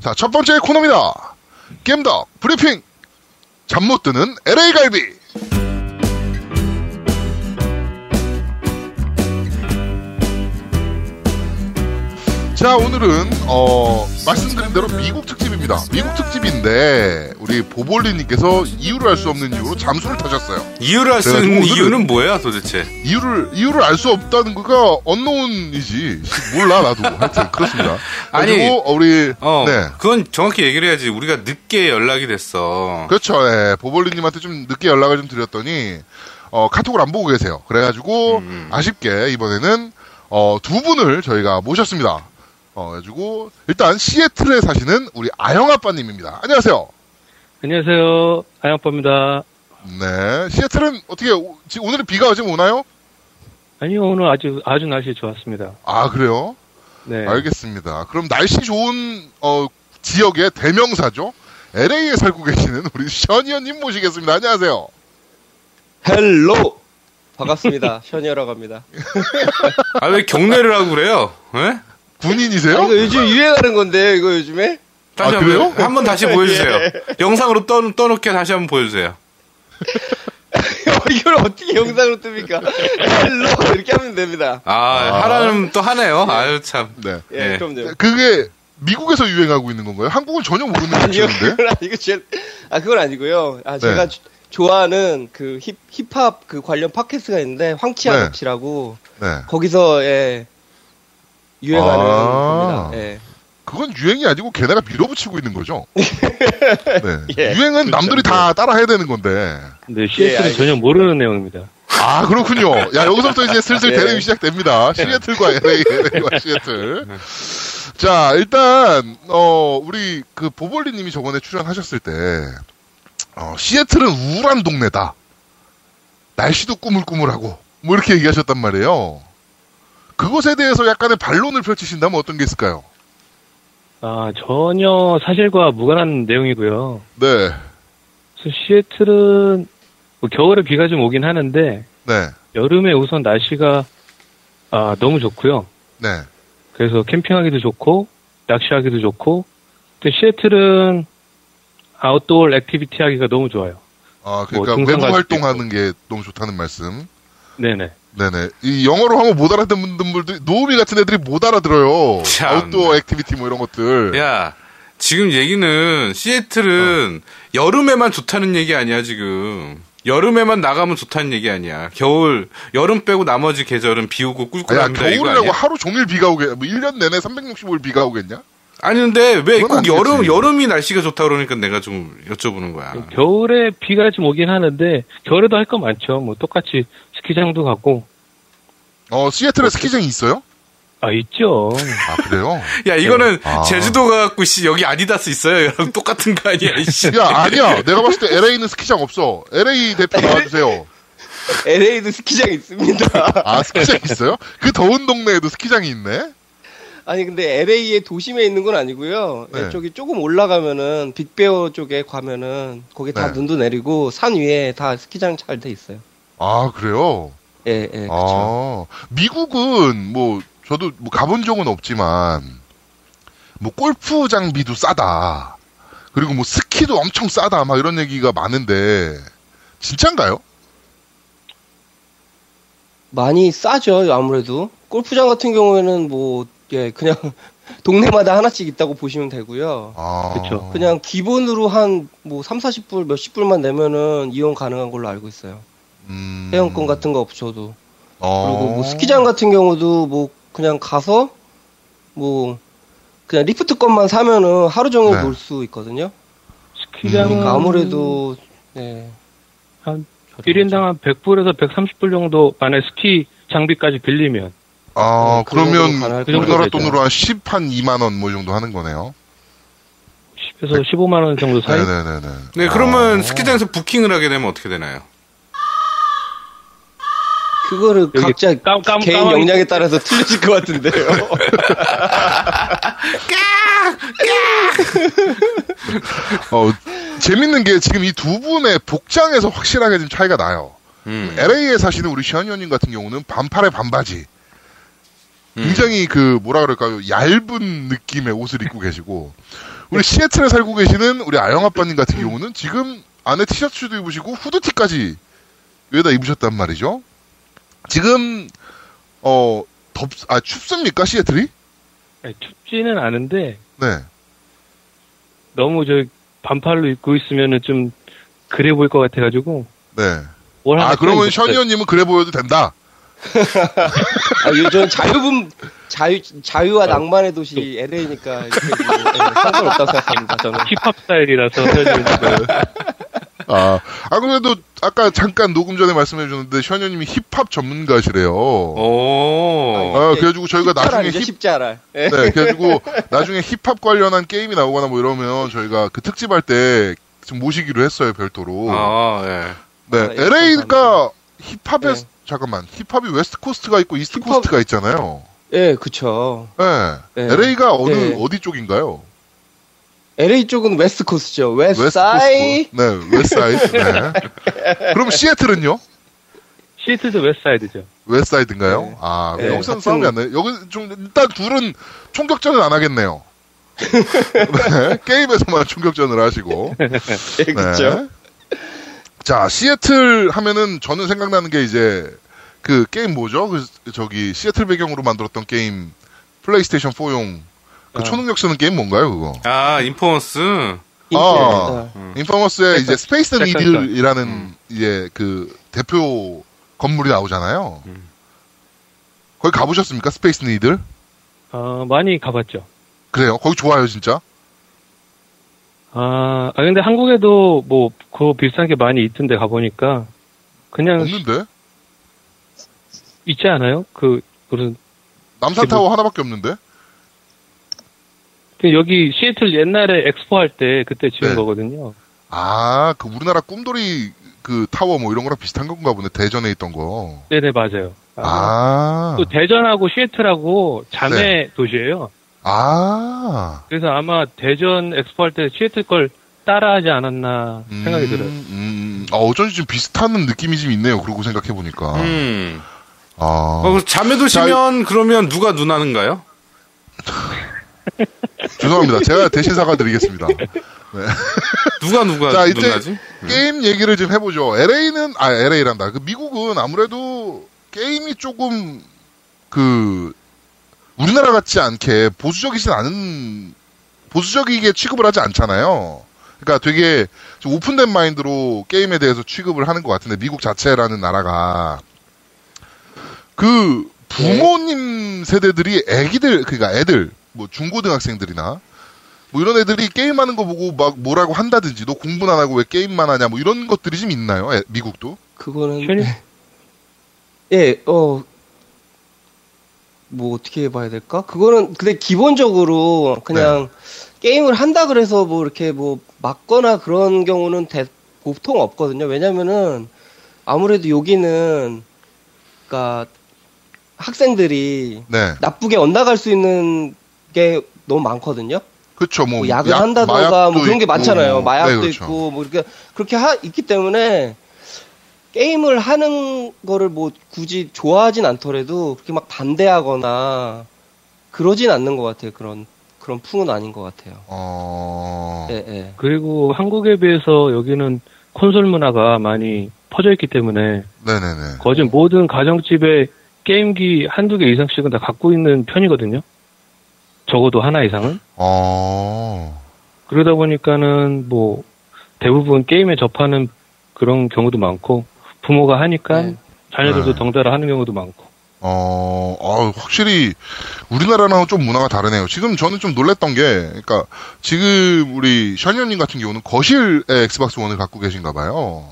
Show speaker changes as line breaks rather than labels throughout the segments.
자, 첫 번째 코너입니다. 겜덕 브리핑. 잠 못 드는 LA 갈비. 자, 오늘은 어, 말씀드린 대로 미국 특집입니다. 미국 특집인데 우리 보볼리님께서 이유를 알 수 없는 이유로 잠수를 타셨어요.
이유를 알 수
제가
있는
오늘은-
이유는 뭐야 도대체?
이유를 이유를 알 수 없다는 거가 언노운이지 몰라 나도 하여튼 그렇습니다.
아니,
그리고 어, 우리
어,
네
그건 정확히 얘기를 해야지. 우리가 늦게 연락이 됐어.
그렇죠. 예. 보벌리님한테 좀 늦게 연락을 좀 드렸더니 어, 카톡을 안 보고 계세요. 그래가지고 아쉽게 이번에는 어, 두 분을 저희가 모셨습니다. 어, 그래가지고 일단 시애틀에 사시는 우리 아영 아빠님입니다. 안녕하세요.
안녕하세요. 아양빠입니다.
네, 시애틀은 어떻게 오- 지- 오늘은 비가 지금 오나요?
아니요, 오늘 아주, 아주 날씨 좋았습니다.
아 그래요?
네.
알겠습니다. 그럼 날씨 좋은 어, 지역의 대명사죠. LA에 살고 계시는 우리 션이언님 모시겠습니다. 안녕하세요.
헬로 반갑습니다. 션이라고 합니다.
아 왜 경례를 하고 그래요? 예?
군인이세요?
이거 요즘 유행하는 건데요. 이거 요즘에
다시
아,
한번
그래요?
한번 다시 보여주세요. 영상으로 떠, 떠놓게 다시 한번 보여주세요.
이걸 어떻게 영상으로 뜹니까? 헬로 이렇게 하면 됩니다.
아, 하라는 또 하네요. 아유 참.
네.
예,
네.
그럼요.
그게 미국에서 유행하고 있는 건가요? 한국은 전혀 모르는
아니요,
것인데.
그건 아니고 제, 아 그건 아니고요. 아 제가 조- 좋아하는 그 힙, 힙합 그 관련 팟캐스트가 있는데 황치
네.
아저씨라고
네.
거기서 예, 유행하는
아.
겁니다. 예.
그건 유행이 아니고 걔네가 밀어붙이고 있는 거죠. 네.
예,
유행은 남들이 다 따라해야 되는 건데.
네, CS는
알겠습니다.
전혀 모르는 내용입니다.
아 그렇군요. 야 여기서부터 이제 슬슬
네.
대립이 시작됩니다. 시애틀과 LA, LA와 시애틀. 자 일단 어 우리 그 보볼리님이 저번에 출연하셨을 때 어, 시애틀은 우울한 동네다. 날씨도 꾸물꾸물하고 뭐 이렇게 얘기하셨단 말이에요. 그것에 대해서 약간의 반론을 펼치신다면 어떤 게 있을까요?
아, 전혀 사실과 무관한 내용이고요.
네,
그래서 시애틀은 뭐 겨울에 비가 좀 오긴 하는데,
네,
여름에 우선 날씨가 아, 너무 좋고요.
네,
그래서 캠핑하기도 좋고, 낚시하기도 좋고, 근데 시애틀은 아웃도어 액티비티 하기가 너무 좋아요.
아 그러니까
뭐 등산
외부
갈
활동하는 게 너무 좋다는 말씀.
네네.
네네. 이 영어로 하면 못 알아듣는 분들, 노우미 같은 애들이 못 알아들어요.
참. 네.
아웃도어 액티비티 뭐 이런 것들.
야 지금 얘기는 시애틀은
어.
여름에만 좋다는 얘기 아니야 지금. 여름에만 나가면 좋다는 얘기 아니야. 겨울 여름 빼고 나머지 계절은 비 오고
아, 야,
꿀꿀합니다 이거
겨울이라고
아니야?
하루 종일 비가 오게, 뭐 1년 내내 365일 비가 오겠냐?
아니 근데 왜
그건
꼭
아니겠지.
여름 여름이 날씨가 좋다 그러니까 내가 좀 여쭤보는 거야.
아. 겨울에 비가 좀 오긴 하는데 겨울에도 할 거 많죠. 뭐 똑같이 스키장도 가고
어, 시애틀에 스키장이 있어요?
아 있죠.
아, 그래요?
야 이거는
아.
제주도 갖고 씨 여기 아디다스 있어요. 이랑 똑같은 거 아니야? 씨.
야, 아니야. 내가 봤을 때 LA는 스키장 없어. LA 대표 나와주세요.
LA도 스키장 있습니다.
아, 스키장 있어요? 그 더운 동네에도 스키장이 있네?
아니 근데 LA의 도심에 있는 건 아니고요.
네.
저기 조금 올라가면은 빅베어 쪽에 가면은 거기 다
네.
눈도 내리고 산 위에 다 스키장 잘 돼 있어요.
아, 그래요?
예, 예, 그렇죠.
아, 미국은 뭐, 저도 뭐 가본 적은 없지만, 뭐 골프 장비도 싸다. 그리고 뭐 스키도 엄청 싸다. 막 이런 얘기가 많은데, 진짠가요?
많이 싸죠, 아무래도. 골프장 같은 경우에는 뭐, 예, 그냥 동네마다 하나씩 있다고 보시면 되고요.
아.
그쵸.
그냥 기본으로 한 뭐 3, 40불, 몇십 불만 내면은 이용 가능한 걸로 알고 있어요.
음.
회원권 같은 거 없어도.
어.
그리고 뭐 스키장 같은 경우도 뭐 그냥 가서 뭐 그냥 리프트권만 사면은 하루 종일
네. 음.
놀 수 있거든요.
스키장은
그러니까 아무래도 네.
한 1인당 한 100불에서 130불 정도 안에 스키 장비까지 빌리면
아,
그 정도로
그러면
가능할
우리나라
거예요.
돈으로 한 10, 한 2만원 뭐 이 정도 하는 거네요.
10에서 15만 원 정도 사이.
네네네네.
네 그러면
아.
스키장에서 부킹을 하게 되면 어떻게 되나요?
그거를
여기
각자
깜- 깜-
개인
깜-
역량에 따라서 틀리실 것 같은데요.
어, 재밌는 게 지금 이 두 분의 복장에서 확실하게 좀 차이가 나요.
음.
LA에 사시는 우리 시현 의원님 같은 경우는 반팔에 반바지. 굉장히 그 뭐라 그럴까요? 얇은 느낌의 옷을 입고 계시고 우리 시애틀에 살고 계시는 우리 아영 아빠님 같은 경우는 지금 안에 티셔츠도 입으시고 후드티까지 위에다 입으셨단 말이죠. 지금 어, 어덥아 춥습니까 시애틀이?
아니, 춥지는 않은데
네.
너무 저 반팔로 입고 있으면은 좀 그래 보일 것 같아가지고
네.
뭘 하나
아 그러면
껴입었어요.
션이언님은 그래 보여도 된다.
아, 요즘 자유분 자유
아.
자유와 낭만의 도시 LA니까 이렇게 뭐, 예, 상관없다고 생각합니다. 저는
힙합 스타일이라서 헤어지는 거예요.
아, 아 그래도 아까 잠깐 녹음 전에 말씀해 주셨는데 션이언님이 힙합 전문가시래요.
어.
오.
아, 그래가지고 저희가 나중에
쉽지
힙
쉽지 않아. 예.
네, 그래가지고 나중에 힙합 관련한 게임이 나오거나 뭐 이러면 저희가 그 특집할 때 좀 모시기로 했어요 별도로.
아, 예.
네,
아, 예,
LA가 힙합에
네.
잠깐만 힙합이 웨스트 코스트가 있고 이스트
힙합-
코스트가 있잖아요.
예, 그쵸.
네.
네.
LA가 어느
네.
어디 쪽인가요?
LA 쪽은 웨스트 코스죠. 웨스트
웨스트
사이.
코스트. 네, 웨스트 사이드. 네. 그럼 시애틀은요?
시애틀도 웨스트사이드죠.
웨스트 사이드인가요?
네.
아,
네.
여기서는
같은-
싸움이 안 나요. 여기 좀 일단 둘은 총격전은 안 하겠네요. 네, 게임에서만 총격전을 하시고.
예, 그쵸.
네. 자, 시애틀 하면은 저는 생각나는 게 이제 그 게임 뭐죠? 그 저기 시애틀 배경으로 만들었던 게임 플레이스테이션 4용
아.
그 초능력 쓰는 게임 뭔가요, 그거?
아, 인포먼스.
아.
인기입니다.
인포머스의 이제 스페이스
약간
니들이라는
음.
이제 그 대표 건물이 나오잖아요.
음.
거기 가보셨습니까? 스페이스 니들?
어, 많이 가봤죠.
그래요. 거기 좋아요, 진짜.
아, 아, 근데 한국에도 뭐, 그거 비슷한 게 많이 있던데 가보니까. 그냥
없는데?
있지 않아요? 그, 무슨, 뭐
남산타워 하나밖에 없는데?
그 여기 시애틀 옛날에 엑스포 할 때 그때 지은
네.
거거든요.
아, 그 우리나라 꿈돌이 그 타워 뭐 이런 거랑 비슷한 건가 보네. 대전에 있던 거.
네네, 맞아요.
아.
또 대전하고 시애틀하고 자매
네.
도시예요.
아.
그래서 아마 대전 엑스포 할 때 시애틀 걸 따라하지 않았나
음,
생각이 들어요.
음, 아, 어쩐지 좀 비슷한 느낌이 좀 있네요. 그러고 생각해보니까.
음.
아.
어, 그럼 자매도 시면 그러면 누가 누나는가요?
죄송합니다. 제가 대신 사과드리겠습니다.
누가 누가
자, 이때-
누나지?
게임 얘기를 좀 해보죠. LA는, 아, LA란다. 그 미국은 아무래도 게임이 조금, 그, 우리나라 같지 않게 보수적이진 않은, 보수적이게 취급을 하지 않잖아요. 그러니까 되게 좀 오픈된 마인드로 게임에 대해서 취급을 하는 것 같은데, 미국 자체라는 나라가. 그, 부모님 세대들이 애기들, 그러니까 애들, 뭐 중고등학생들이나 뭐 이런 애들이 게임하는 거 보고 막 뭐라고 한다든지 너 공부는 안 하고 왜 게임만 하냐 뭐 이런 것들이 좀 있나요? 에, 미국도?
그거는
슈니?
네.
예, 어. 뭐 어떻게 봐야 될까? 그거는 근데 기본적으로 그냥 게임을 한다 그래서 뭐 이렇게 뭐 맞거나 그런 경우는 대- 보통 없거든요. 왜냐면은 아무래도 여기는 그러니까 학생들이
네.
나쁘게 엇나갈 수 있는 게 너무 많거든요.
그렇죠. 뭐
뭐 약을
약,
한다던가
마약도
뭐 그런 게
있고,
많잖아요.
뭐.
마약도
네, 그렇죠.
있고 뭐 이렇게 그렇게 하, 있기 때문에 게임을 하는 거를 뭐 굳이 좋아하진 않더라도 그렇게 막 반대하거나 그러진 않는 것 같아요. 그런 그런 풍은 아닌 것 같아요.
어.
예, 예.
그리고 한국에 비해서 여기는 콘솔 문화가 많이 퍼져 있기 때문에
네, 네, 네.
거의 모든 가정집에 게임기 한두 개 이상씩은 다 갖고 있는 편이거든요. 적어도 하나 이상은.
어.
그러다 보니까는 뭐 대부분 게임에 접하는 그런 경우도 많고 부모가 하니까
네.
자녀들도
네.
덩달아 하는 경우도 많고.
어, 아, 확실히 우리나라랑은 좀 문화가 다르네요. 지금 저는 좀 놀랬던 게, 그러니까 지금 우리 션현님 같은 경우는 거실에 엑스박스 원을 갖고 계신가 봐요.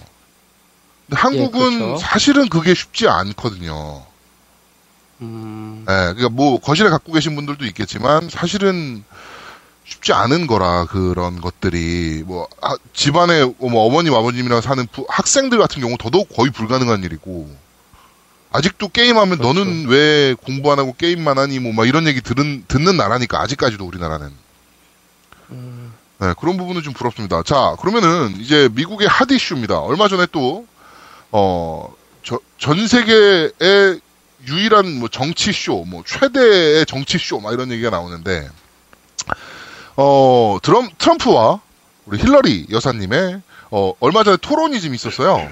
근데 한국은
그렇죠.
사실은 그게 쉽지 않거든요.
음,
예, 그러니까 뭐 거실에 갖고 계신 분들도 있겠지만 사실은 쉽지 않은 거라 그런 것들이 뭐 아, 집안에 뭐 어머님 아버님이랑 사는 부- 학생들 같은 경우 더더욱 거의 불가능한 일이고 아직도 게임하면 너는 왜 공부 안 하고 게임만 하니 뭐 막 이런 얘기 들은 듣는 나라니까 아직까지도 우리나라는
음.
네, 그런 부분은 좀 부럽습니다. 자, 그러면은 이제 미국의 핫 이슈입니다. 얼마 전에 또, 어, 저- 전 세계의 유일한 뭐 정치쇼, 뭐 최대의 정치쇼, 막 이런 얘기가 나오는데, 어, 드럼, 트럼프와 우리 힐러리 여사님의, 어, 얼마 전에 토론이 좀 있었어요.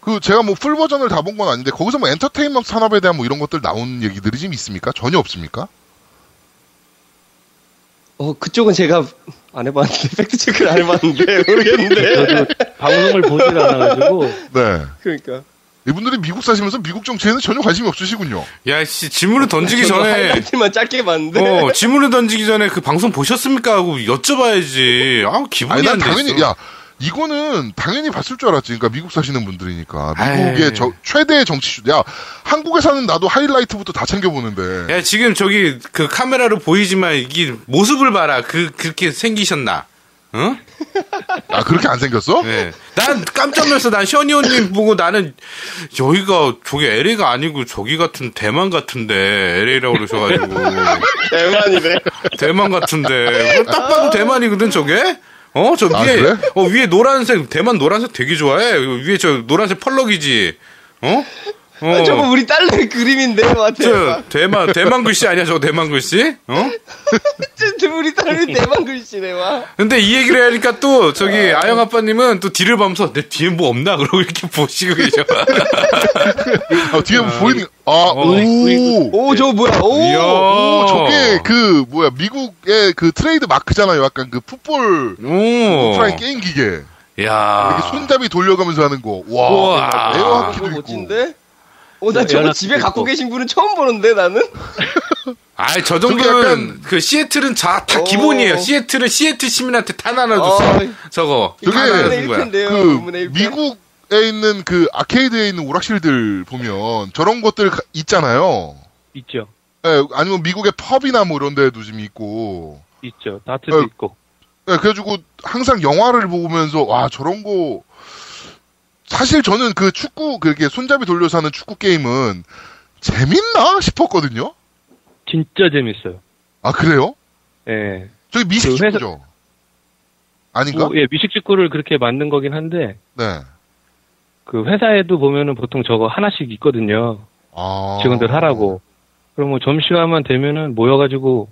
그, 제가 뭐 풀 버전을 다 본 건 아닌데, 거기서 뭐 엔터테인먼트 산업에 대한 뭐 이런 것들 나온 얘기들이 좀 있습니까? 전혀 없습니까?
어, 그쪽은 제가 안 해봤는데, 팩트체크를 안 해봤는데, 모르겠는데.
저도 방송을 보질 않아가지고
네.
그러니까.
이분들이 미국 사시면서 미국 정치에는 전혀 관심이 없으시군요.
야, 씨, 질문을 던지기
저도
전에
하이라이트만 짧게 봤는데.
어, 질문을 던지기 전에 그 방송 보셨습니까 하고 여쭤봐야지. 아, 기분이
아니, 난
안 돼.
당연히,
있어.
야, 이거는 당연히 봤을 줄 알았지. 그러니까 미국 사시는 분들이니까.
에이.
미국의 저, 최대의 정치쇼. 야, 한국에 사는 나도 하이라이트부터 다 챙겨보는데.
야, 예, 지금 저기 그 카메라로 보이지만 이게 모습을 봐라. 그 그렇게 생기셨나? 응?
아, 그렇게 안 생겼어?
네. 난 깜짝 놀랐어. 난 션이 언님 보고 나는 여기가 저기 LA가 아니고 저기 같은 대만 같은데 LA라고 그러셔가지고
대만이네.
어.
대만 같은데 그걸 딱 봐도 대만이거든 저게. 어, 저 위에,
아, 그래?
어, 위에 노란색, 대만 노란색 되게 좋아해. 위에 저 노란색 펄럭이지. 어? 어.
아, 저거 우리 딸내 그림인데,
저
맞아요.
대만 대만 글씨 아니야 저 대만 글씨? 어?
진짜 우리 딸내 대만 글씨네, 와.
근데 이 얘기를 하니까 또 저기 아영 아빠님은 또 뒤를 보면서 내 뒤에 뭐 없나 그러고 이렇게 보시고 계셔.
아, 뒤에 보이는, 아, 오.
오, 저거 뭐야,
이야.
오.
오, 저게 그, 뭐야, 미국의 그 트레이드 마크잖아요. 약간 그 풋볼
오.
그 프라이 게임 기계. 이렇게
야.
손잡이 돌려가면서 하는 거. 와.
아. 우와.
에어하키도
아, 저거
있고.
멋진데? 오, 나 저거
연합도
집에 갖고
있고.
계신 분은 처음 보는데, 나는?
아이 저
저게
정도는
약간- 어.
그 시애틀은 자, 다
오.
기본이에요. 시애틀은 시애틀 시민한테 다
아,
나눠줬어.
네.
어이.
저거.
저게-
다 나눠준
1분의
거야.
1편인데요,
그, 미국에 있는 그 아케이드에 있는 오락실들 보면 저런 것들 가- 있잖아요.
있죠,
예, 아니면 미국의 펍이나 뭐 이런 데도 좀 있고.
있죠. 다트도
어.
있고.
예, 그래가지고 항상 영화를 보면서, 와, 저런 거. 사실 저는 그 축구, 그렇게 손잡이 돌려서 하는 축구 게임은 재밌나 싶었거든요?
진짜 재밌어요.
아, 그래요?
예.
저기 미식
그 회사-
축구죠? 아닌가?
뭐, 예, 미식축구를 그렇게 만든 거긴 한데,
네.
그 회사에도 보면은 보통 저거 하나씩 있거든요.
아.
직원들 하라고. 그럼 뭐 점심시간만 되면은 모여가지고,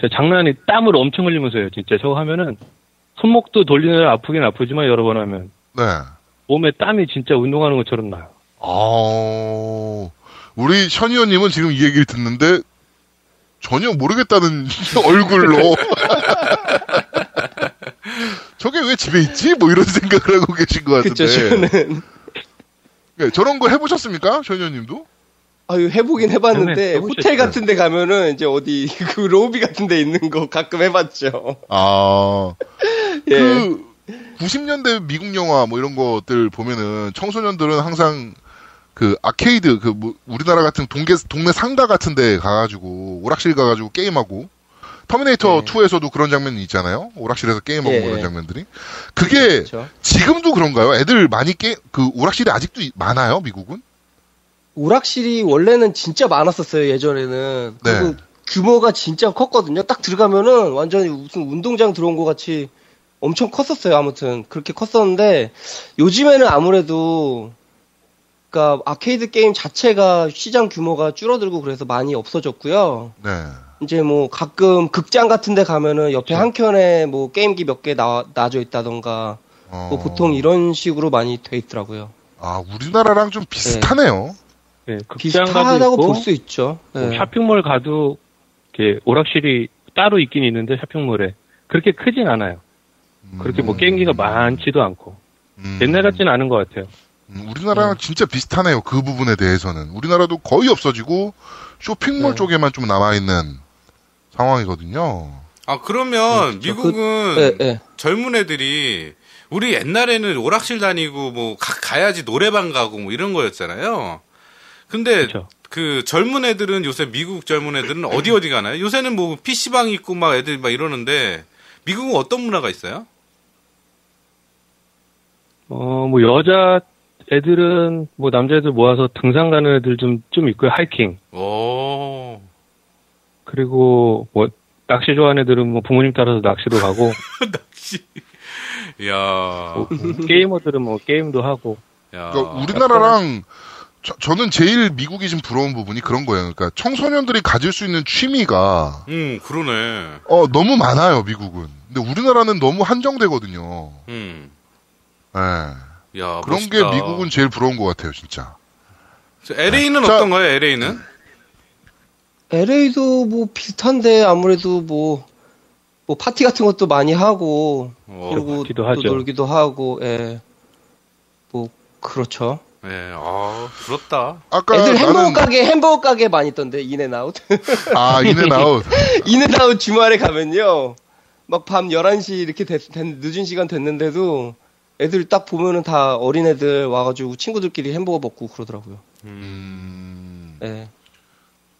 진짜 장난이 땀을 엄청 흘리면서 해요, 진짜. 저거 하면은, 손목도 돌리느라 아프긴 아프지만 여러 번 하면,
네.
몸에 땀이 진짜 운동하는 것처럼 나요.
아. 우리 션 의원님은 지금 이 얘기를 듣는데 전혀 모르겠다는 얼굴로. 저게 왜 집에 있지? 뭐 이런 생각을 하고 계신 것 같은데.
그쵸, 저는.
네, 저런 거 해보셨습니까? 션 의원님도?
아유, 해보긴 해봤는데,
네, 해보셨죠.
호텔 같은 데 가면은, 이제 어디, 그 로비 같은 데 있는 거 가끔 해봤죠.
아.
예.
그 90년대 미국 영화 뭐 이런 것들 보면은 청소년들은 항상 그 아케이드 그 뭐 우리나라 같은 동계 동네 상가 같은 데 가가지고 오락실 가가지고 게임하고
예.
터미네이터 2에서도 그런 장면이 있잖아요 오락실에서 게임하고
예,
그런
예.
장면들이 그게
그렇죠.
그쵸.
지금도 그런가요? 애들 많이 게 그 오락실이 아직도 이- 많아요 미국은?
오락실이 원래는 진짜 많았었어요 예전에는
네.
그리고 규모가 진짜 컸거든요 딱 들어가면은 완전히 무슨 운동장 들어온 것 같이 엄청 컸었어요 아무튼 그렇게 컸었는데 요즘에는 아무래도 그러니까 아케이드 게임 자체가 시장 규모가 줄어들고 그래서 많이 없어졌고요
네.
이제 뭐 가끔 극장 같은 데 가면은 옆에 한 켠에 뭐 게임기 몇 개 놔져 있다던가
어,
그
뭐 보통 이런 식으로 많이 돼 있더라고요
아 우리나라랑 좀 비슷하네요.
예, 극장 가도
비슷하다고
있고,
볼 수 있죠
뭐
네.
쇼핑몰 가도 이렇게 오락실이 따로 있긴 있는데 쇼핑몰에 그렇게 크진 않아요. 그렇게
음,
뭐 게임기가 많지도 않고
음.
옛날 같진 않은 것 같아요.
음, 우리나라랑 진짜 비슷하네요. 그 부분에 대해서는. 우리나라도 거의 없어지고 쇼핑몰
네.
쪽에만 좀 남아있는 상황이거든요.
아
네,
그러면
그쵸.
미국은
예, 예.
젊은 애들이 우리 옛날에는 오락실 다니고 뭐 가, 가야지 노래방 가고 뭐 이런 거였잖아요. 근데 그
그쵸.
젊은 애들은 요새 미국 젊은 애들은 어디 어디 가나요? 요새는 뭐 PC방 있고 막 애들 막 이러는데 미국은 어떤 문화가 있어요?
어, 뭐 여자 애들은 뭐 남자애들 모아서 등산 가는 애들 좀 좀 있고요. 하이킹.
오.
그리고 뭐 낚시 좋아하는 애들은 뭐 부모님 따라서 낚시도 가고
야.
어, 음.
뭐 게이머들은 뭐 게임도 하고
야. 아,
그러니까 우리나라랑 저, 는 제일 미국이 좀 부러운 부분이 그런 거예요. 그러니까 청소년들이 가질 수 있는 취미가
음, 그러네.
어, 너무 많아요, 미국은. 근데 우리나라는 너무 한정되거든요.
음.
예.
야,
그런
멋있다.
게 미국은 제일 부러운 것 같아요, 진짜.
LA는
자- 음.
어떤가요? LA는?
LA도 뭐 비슷한데 아무래도 뭐, 뭐 파티 같은 것도 많이 하고
어,
그리고
어, 파티도
또
하죠.
놀기도 하고 예. 뭐 그렇죠.
예, 아, 부럽다.
아까
애들 햄버거
나는
가게 햄버거 가게 많이 있던데 인앤아웃.
아, 인앤아웃.
인앤아웃 주말에 가면요. 막 밤 11시 이렇게 됐, 됐- 늦은 시간 됐는데도 애들 딱 보면은 다 어린애들 와가지고 친구들끼리 햄버거 먹고 그러더라고요.
음.
예.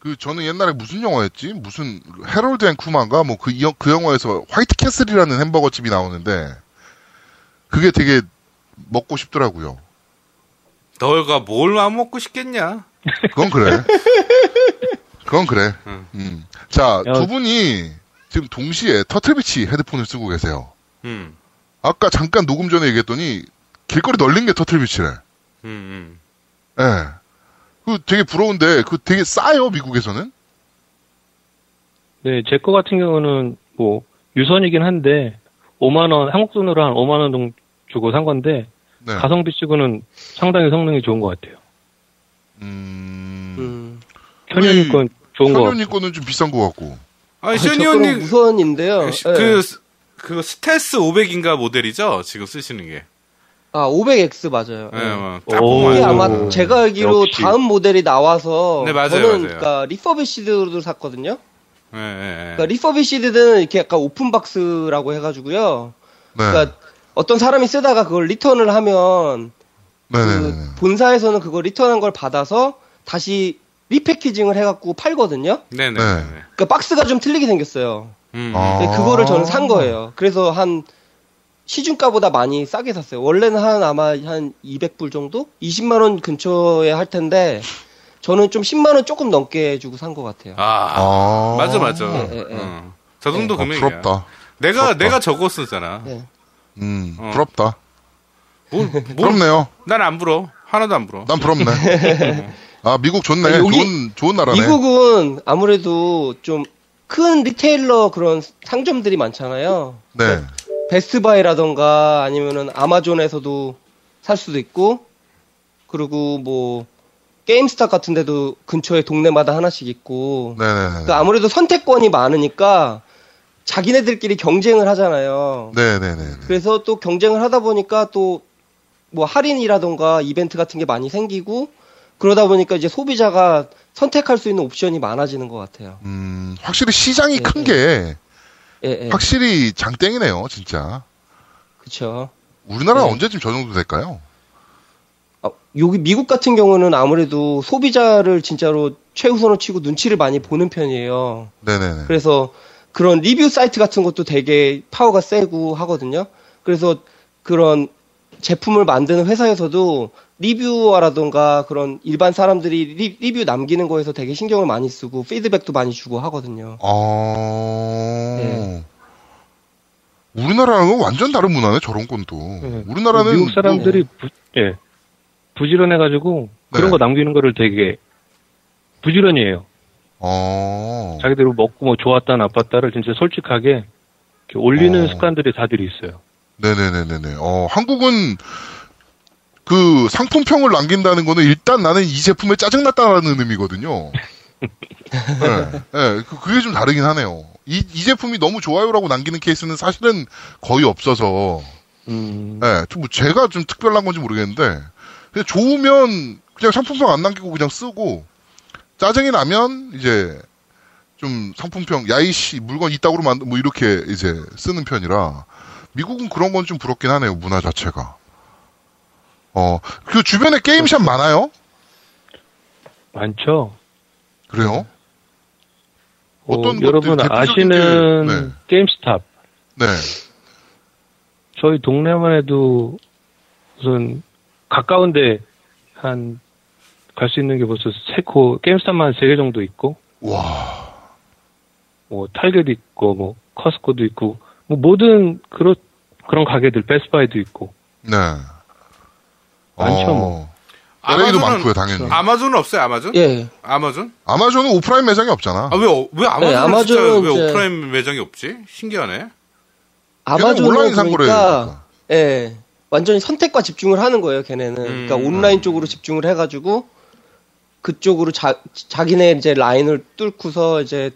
그 저는 옛날에 무슨 영화였지? 무슨 헤럴드 앤 쿠만가 뭐 그 그 영화에서 화이트 캐슬이라는 햄버거 집이 나오는데 그게 되게 먹고 싶더라고요.
너가 뭘 안 먹고 싶겠냐?
그건 그래. 그건 그래.
응.
음. 자,
야.
두 분이 지금 동시에 터틀비치 헤드폰을 쓰고 계세요.
음,
아까 잠깐 녹음 전에 얘기했더니 길거리 널린 게 터틀비치래.
음, 음.
예. 그 되게 부러운데 그 되게 싸요 미국에서는.
네, 제 거 같은 경우는 뭐 유선이긴 한데 5만 원 한국 돈으로 한 5만 원 정도 주고 산 건데
네.
가성비 치고는 상당히 성능이 좋은 것 같아요.
음.
음.
우리
현현이 건그 좋은 것 같아요.
현현이 거는 좀 비싼 것 같고. 네.
아니,
저
쇼니
거는
언니,
무선인데요.
시-
예.
그, 스- 그 스텔스 500인가 모델이죠? 지금 쓰시는 게.
아 500X 맞아요.
예,
예.
뭐,
오.
이게
딱
아마 제가 알기로
역시.
다음 모델이 나와서
네, 맞아요,
저는
맞아요.
그러니까 리퍼비시드로 샀거든요.
예, 예,
그러니까 리퍼비시드는 이렇게 약간 오픈 박스라고 해가지고요.
네.
그러니까 어떤 사람이 쓰다가 그걸 리턴을 하면
네네네.
그 본사에서는 그거 리턴한 걸 받아서 다시 리패키징을 해갖고 팔거든요.
예. 네네.
네.
네.
그러니까 박스가 좀 틀리게 생겼어요.
음.
아.
근데 네, 그거를 저는 산 거예요. 그래서 한 시중가보다 많이 싸게 샀어요. 원래는 한 아마 한 200불 정도? 20만 원 근처에 할 텐데 저는 좀 10만 원 조금 넘게 주고 산 것 같아요.
아,
아.
맞아, 맞아.
예, 예, 예.
어. 저 정도
아,
금액이야.
부럽다.
내가,
부럽다.
내가 저거 쓰잖아.
네.
음,
어.
부럽다.
뭘, 뭘,
부럽네요.
난 뭐, 안 부러워. 하나도 안 부러워.
난 부럽네. 아, 미국 좋네.
여기-
좋은, 좋은 나라네.
미국은 아무래도 좀 큰 리테일러 그런 상점들이 많잖아요.
네.
베스트바이라던가 아니면은 아마존에서도 살 수도 있고 그리고 뭐 게임스타 같은 데도 근처에 동네마다 하나씩 있고
네네네.
그러니까 아무래도 선택권이 많으니까 자기네들끼리 경쟁을 하잖아요.
네네네.
그래서 또 경쟁을 하다 보니까 또 뭐 할인이라던가 이벤트 같은 게 많이 생기고 그러다 보니까 이제 소비자가 선택할 수 있는 옵션이 많아지는 것 같아요.
음, 확실히 시장이
예,
큰 게,
예, 예.
확실히 장땡이네요, 진짜.
그쵸.
우리나라
예.
언제쯤 저 정도 될까요?
아, 여기 미국 같은 경우는 아무래도 소비자를 진짜로 최우선으로 치고 눈치를 많이 보는 편이에요.
네네네.
그래서 그런 리뷰 사이트 같은 것도 되게 파워가 세고 하거든요. 그래서 그런 제품을 만드는 회사에서도 리뷰어라던가 그런 일반 사람들이 리, 리뷰 남기는 거에서 되게 신경을 많이 쓰고 피드백도 많이 주고 하거든요.
아. 어...
예.
우리나라랑은 완전 다른 문화네, 저런 건 또.
네.
우리나라는.
미국 사람들이 부, 예, 부지런해가지고 그런
뭐 네.
거 남기는 거를 되게 부지런히 해요.
어.
자기들 먹고 뭐 좋았다 나빴다를 진짜 솔직하게 이렇게 올리는
어.
습관들이 다들 있어요.
네네네네네. 어, 한국은 그 상품평을 남긴다는 거는 일단 나는 이 제품에 짜증났다라는 의미거든요. 예, 예, 그- 그게 좀 다르긴 하네요. 이, 이 제품이 너무 좋아요라고 남기는 케이스는 사실은 거의 없어서,
음,
예, 좀뭐 제가 좀 특별한 건지 모르겠는데, 그냥 좋으면 그냥 상품평 안 남기고 그냥 쓰고, 짜증이 나면 이제 좀 상품평, 야이씨, 물건 이따구로 만든, 뭐 이렇게 이제 쓰는 편이라, 미국은 그런 건 좀 부럽긴 하네요, 문화 자체가. 어, 그 주변에 게임샵 많아요?
많죠.
그래요?
어,
어떤 것들,
여러분
대표적인 게-
아시는
네.
게임스탑
네.
저희 동네만 해도 우선 가까운데 한 갈 수 있는 게 벌써 세코 게임스탑만 세 개 정도 있고
와,
뭐 타겟 있고 뭐 커스코도 있고 뭐 모든 그런 그런 가게들 베스바이도 있고
네.
많죠,
어,
뭐.
LA도
아마존은-
많고요, 당연히.
아마존은 없어요, 아마존?
예.
아마존?
아마존은 오프라인 매장이 없잖아.
아, 왜, 어- 왜 아마존은
네, 아마존은
진짜 왜
이제-
오프라인 매장이 없지? 신기하네.
걔는
아마존은
온라인 상고를
그러니까 예. 완전히 선택과 집중을 하는 거예요, 걔네는.
음.
그러니까 온라인 쪽으로 집중을 해가지고 그쪽으로 자, 자기네 이제 라인을 뚫고서 이제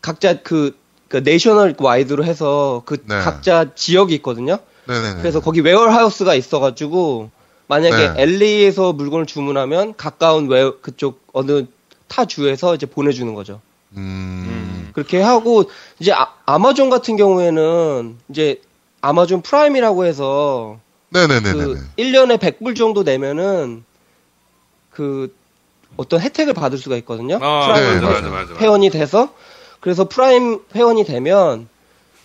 각자 그, 그 내셔널 와이드로 해서 그
네.
각자 지역이 있거든요.
그러니까. 네네네.
그래서 거기 웨어하우스가 있어가지고 만약에
네.
LA에서 물건을 주문하면 가까운 웨어 그쪽 어느 타 주에서 이제 보내주는 거죠.
음.
그렇게 하고 이제 아, 마존 같은 경우에는 이제 아마존 프라임이라고 해서
네네네네.
그 1년에 100불 정도 내면은 그 어떤 혜택을 받을 수가 있거든요.
아,
네,
프라임
맞아, 맞아,
맞아요.
맞아. 맞아.
회원이 돼서 그래서 프라임 회원이 되면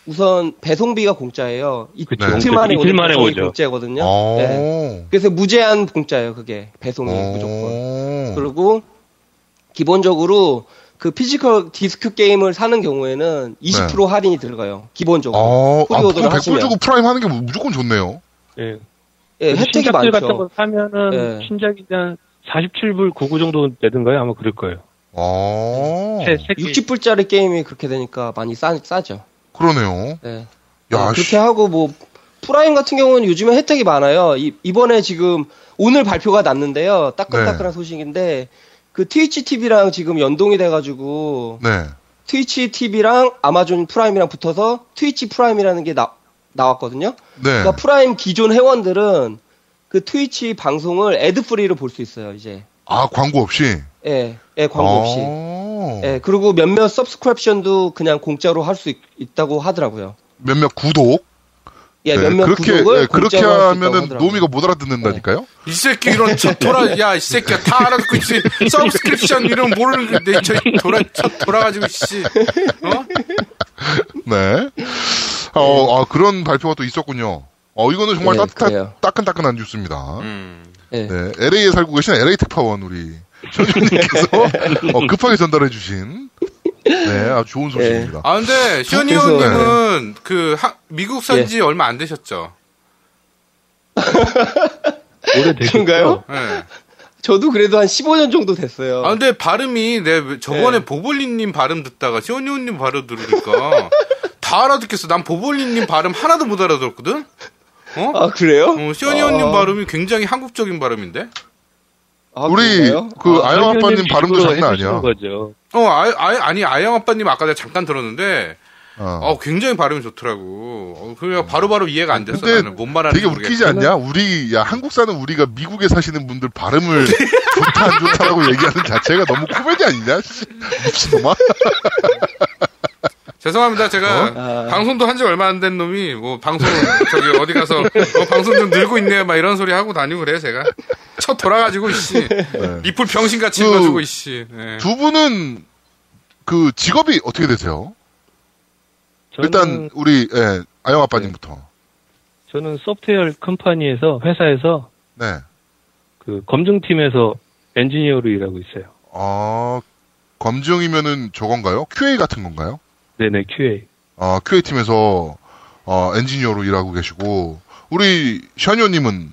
우선 배송비가 공짜예요. 이,
그쵸.
네.
틀 만에
이틀 만에
배송이
오죠.
공짜거든요.
오.
네. 그래서 무제한 공짜예요. 그게
어.
배송이 무조건.
오.
그리고 기본적으로 그 피지컬 디스크 게임을 사는 경우에는 20% 할인이 들어가요. 기본적으로.
네. 어, 아,
프리오더를
그럼 100불
하시면.
주고 프라임 하는 게뭐 무조건 좋네요.
예.
예, 혜택이
신작들
많죠.
같은 거 사면은
예.
신작이 한 47불 99 정도 내던가요? 아마 그럴 거예요.
아,
세,
네.
세 개.
60불짜리 게임이 그렇게 되니까 많이 싸, 싸죠.
그러네요.
예.
야,
네,
씨.
그렇게 하고 뭐 프라임 같은 경우는 요즘에 혜택이 많아요. 이, 이번에 지금 오늘 발표가 났는데요.
네.
따끈따끈한 소식인데 그 트위치 TV랑 지금 연동이 돼가지고
네.
트위치 TV랑 아마존 프라임이랑 붙어서 트위치 프라임이라는 게 나, 나왔거든요.
네.
그러니까 프라임 기존 회원들은 그 트위치 방송을 애드프리로 볼 수 있어요. 이제
아, 광고 없이?
예, 예 광고
어.
없이.
아.
예, 그리고 몇몇 서브스크립션도 그냥 공짜로 할 수 있다고 하더라고요.
몇몇 구독?
예,
네,
몇몇
그렇게,
구독을
예, 그렇게
공짜로 할수 있다고
하면은
하더라고요.
노미가 못 알아듣는다니까요?
이 새끼 이런 저 돌아 야 이 새끼야 다 알아듣고 있지 서브스크립션 이름 모르는데 그 저 돌아 저 돌아가지고 씨 어?
네. 어, 아, 그런 발표가 또 있었군요. 어, 이거는 정말
네,
따뜻한,
그래요.
따끈따끈한 뉴스입니다.
음.
예.
네, LA에 살고 계신 LA 특파원 우리 현주님께서 어, 급하게 전달해 주신 네, 아주 좋은 소식입니다.
아 근데 시현이
그래서- 네. 예.
형님은 그 하- 미국 산지 얼마 안 되셨죠?
오래되죠.
그런가요?
예.
저도 그래도 한 15년 정도 됐어요.
아 근데 발음이 내 왜- 저번에
네.
보볼리님 발음 듣다가 시현이 형님 발음 들으니까 다 알아듣겠어. 난 보볼리님 발음 하나도 못 알아들었거든. 어?
아, 그래요?
어, 시현이 형님 발음이 굉장히 한국적인 발음인데?
아,
우리
그런가요?
그
아,
아영 아빠님 발음도
일부러
장난
해주시는
아니야.
거죠.
어, 아, 아, 아니, 아영 아빠님 아까 내가 잠깐 들었는데,
어. 음.
어, 굉장히 발음이 좋더라고. 어, 그냥 바로바로 이해가 안 됐어.
근데
나는 뭔 말하는지
되게 웃기지
모르겠어.
않냐? 우리 야 한국 사는 우리가 미국에 사시는 분들 발음을 좋다 안 좋다라고 얘기하는 자체가 너무 코미디 아니냐? 씨, 미친놈아.
죄송합니다. 제가
어?
아.
방송도 한 지 얼마 안 된 놈이 뭐 방송 저기 어디 가서 어, 방송 좀 늘고 있네 막 이런 소리 하고 다니고 그래요. 제가 첫 돌아가지고 이씨 리플 병신같이
네. 그-
읽어주고 이씨. 예.
두 분은 그 직업이 어떻게 되세요?
저는,
일단 우리 예, 아영 아빠님부터.
저는 소프트웨어 컴퍼니에서 회사에서
네.
그 검증팀에서 엔지니어로 일하고 있어요.
아 검증이면은 저건가요? QA 같은 건가요?
네네 QA.
아, QA팀에서 아, 엔지니어로 일하고 계시고, 우리 샤니오님은,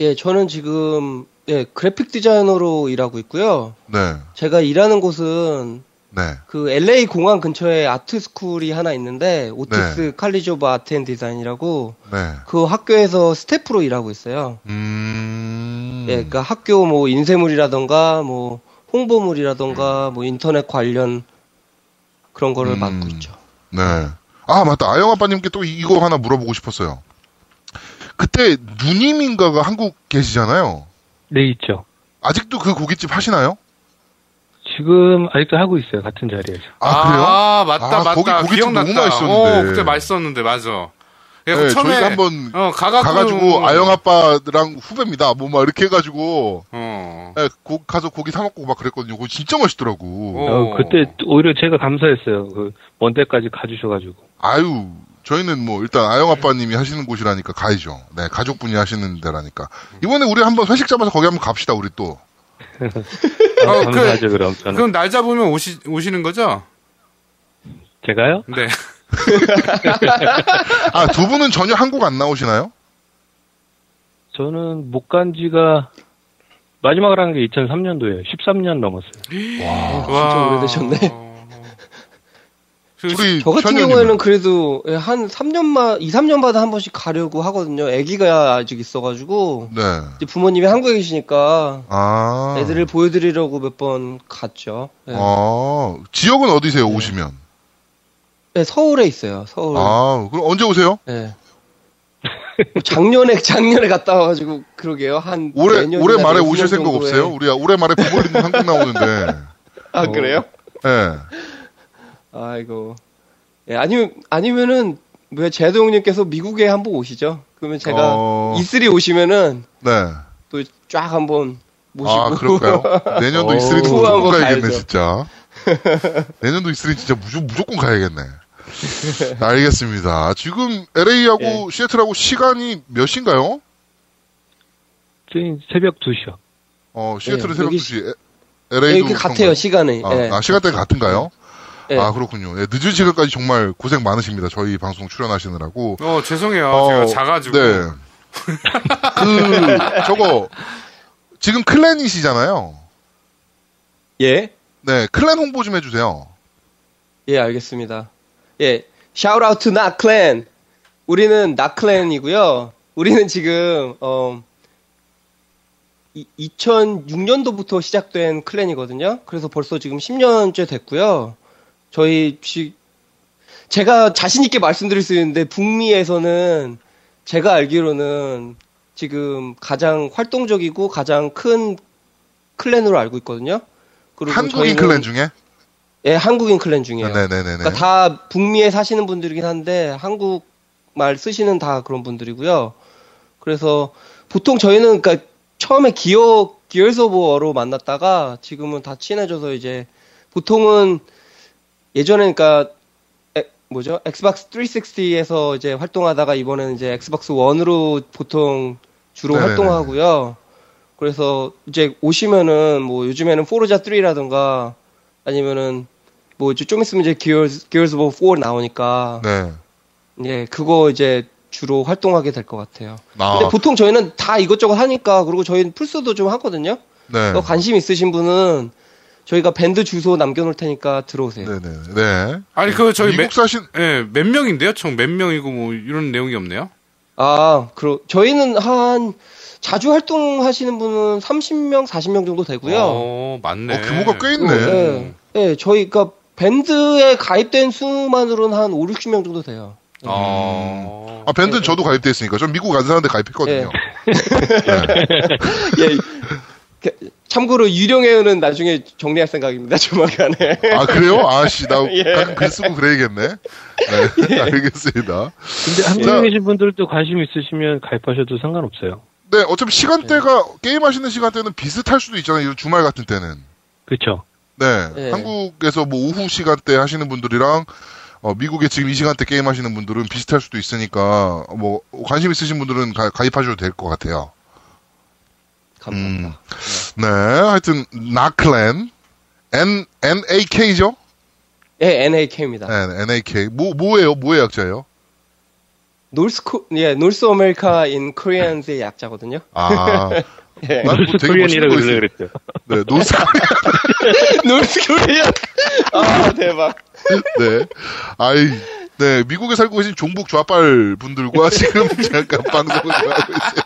예, 저는 지금 예, 그래픽 디자이너로 일하고 있고요.
네,
제가 일하는 곳은
네,
그 LA 공항 근처에 아트 스쿨이 하나 있는데 오티스 칼리조바 아트 앤 디자인이라고
네.
그 학교에서 스태프로 일하고 있어요.
음,
예, 그러니까 학교 뭐 인쇄물이라던가 뭐 홍보물이라던가 뭐 인터넷 관련 그런 거를
음.
맡고 있죠.
네. 아, 맞다. 아영 아빠님께 또 이- 이거 하나 물어보고 싶었어요. 그때 누님인가가 한국 계시잖아요.
네 있죠.
아직도 그 고깃집 하시나요?
지금 아직도 하고 있어요 같은 자리에서.
아, 그래요?
아, 맞다,
아,
맞다.
거기 고깃집
기억났다.
너무 맛있었는데.
어, 그때 맛있었는데, 맞아. 예,
네,
처음에
저희가 한번
어, 가갖고,
가가지고 아영 아빠랑 후배입니다. 뭐 막 이렇게 해가지고
어.
예, 고- 가서 고기 사 먹고 막 그랬거든요. 그거 진짜 맛있더라고.
어.
어, 그때 오히려 제가 감사했어요. 그 먼 데까지
어,
가주셔가지고.
아유, 저희는 뭐 일단 아영 아빠님이 하시는 곳이라니까 가야죠. 네, 가족분이 하시는 데라니까. 이번에 우리 한번 회식 잡아서 거기 한번 갑시다. 우리 또.
아,
어,
감사하죠 그, 럼 저는.
그럼 날 잡으면 오시, 오시는 거죠?
제가요?
네.
아, 두 분은 전혀 한국 안 나오시나요?
저는 못 간 지가 마지막으로 한 게 2003년도예요. 13년 넘었어요.
와.
아, 진짜 오래되셨네.
그,
우리
저 같은
현영님은?
경우에는 그래도 예, 한 3년마, 2, 3년마다 한 번씩 가려고 하거든요. 아기가 아직 있어가지고
네.
이제 부모님이 한국에 계시니까
아.
애들을 보여드리려고 몇 번 갔죠. 예.
아, 지역은 어디세요, 오시면?
예, 서울에 있어요. 네. 서울.
아, 그럼 언제 오세요?
예. 뭐 작년에 작년에 갔다 와가지고 그러게요. 한
올해,
네, 내년이나
올해 말에
내후년
오실 생각
정도에.
없어요? 우리 아, 올해 말에 부모님 한국 나오는데.
아 그래요?
예.
아이고. 예, 아니면 아니면은 왜 제도 형님께서 미국에 한번 오시죠? 그러면 제가
어.
E3 오시면은
네.
또 쫙 한번 모시고
아, 그럴까요? 내년도
어.
E3도
투어하고
무조건 가야겠네,
가야죠.
진짜. 내년도 E3 진짜 무조, 무조건 가야겠네. 알겠습니다. 지금
예.
LA하고 시애틀하고 시간이 몇인가요?
지금 새벽 2시요.
어, 시애틀은
네,
새벽
여기
2시,
예,
LA도
이렇게 같아요 시간이.
아,
예.
아, 시간대가 같은가요?
예.
아, 그렇군요. 예, 늦은 시간까지 정말 고생 많으십니다. 저희 방송 출연하시느라고.
어, 죄송해요.
어,
제가 작아지고.
네. 그, 저거, 지금 클랜이시잖아요.
예.
네, 클랜 홍보 좀 해주세요.
예, 알겠습니다. 예, shout out to 나클랜. 우리는 나클랜이고요. 우리는 지금 어 2006년도부터 시작된 클랜이거든요. 그래서 벌써 지금 10년째 됐고요. 저희 지- 제가 자신 있게 말씀드릴 수 있는데 북미에서는 제가 알기로는 지금 가장 활동적이고 가장 큰 클랜으로 알고 있거든요. 그리고
한국인
저희는-
클랜 중에?
예, 한국인 클랜 중이에요.
네네네네.
그러니까 다 북미에 사시는 분들이긴 한데 한국 말 쓰시는 다 그런 분들이고요. 그래서 보통 저희는 그러니까 처음에 기어 기열 서버로 만났다가 지금은 다 친해져서 이제 보통은 예전에 그러니까 에- 뭐죠? 엑스박스 360에서 이제 활동하다가 이번에는 이제 엑스박스 1으로 보통 주로
네네네.
활동하고요. 그래서 이제 오시면은 뭐 요즘에는 포르자 3라든가 아니면은 뭐 이제 좀 있으면 이제 기어즈 기어즈 오브 4 나오니까
네.
예 그거 이제 주로 활동하게 될 것 같아요.
아,
근데 보통 저희는 다 이것저것 하니까 그리고 저희는 풀스도 좀 하거든요.
네.
또 관심 있으신 분은 저희가 밴드 주소 남겨놓을 테니까 들어오세요.
네네. 네.
아니, 그, 저희
미국
몇,
사신, 어,
예, 몇 명인데요? 총 몇 명이고 뭐 이런 내용이 없네요?
아, 그럼 저희는 한 자주 활동하시는 분은 30명, 40명 정도 되고요.
어, 맞네.
어, 규모가 꽤
예,
있네.
예, 저희가 밴드에 가입된 수만으로는 한 5, 60명 정도 돼요.
어.
아, 밴드는
예,
저도 가입돼 있으니까. 전 미국 안 사는데 가입했거든요. 네.
예. 그, 참고로 유령회원은 나중에 정리할 생각입니다. 조만간에.
아, 그래요? 아씨, 나
예.
가끔 글 쓰고 그래야겠네. 네. 알겠습니다.
근데
자.
한국에 계신 분들도 관심 있으시면 가입하셔도 상관없어요.
네, 어차피 시간대가, 게임하시는 시간대는 비슷할 수도 있잖아요. 이런 주말 같은 때는.
그렇죠.
네.
네.
한국에서 뭐 오후 시간대 하시는 분들이랑 어, 미국에 지금 이 시간대 게임 하시는 분들은 비슷할 수도 있으니까 뭐 관심 있으신 분들은 가, 가입하셔도 될 것 같아요.
감사합니다.
네, 하여튼 나클랜 N N A K죠?
예, NAK입니다.
네, N A K. 뭐 뭐예요? 뭐의 약자예요?
노스 코, 예, 노스 아메리카 인 코리안스의 약자거든요.
아,
예.
난
노스
되게 멋있는
코리안이라고
거
원래
있어요.
그랬죠.
네, 노스
노스 코리안. 아, 대박.
네. 아이, 네. 미국에 살고 계신 종북 좌빨 분들과 지금 잠깐 방송을 하고 있어요.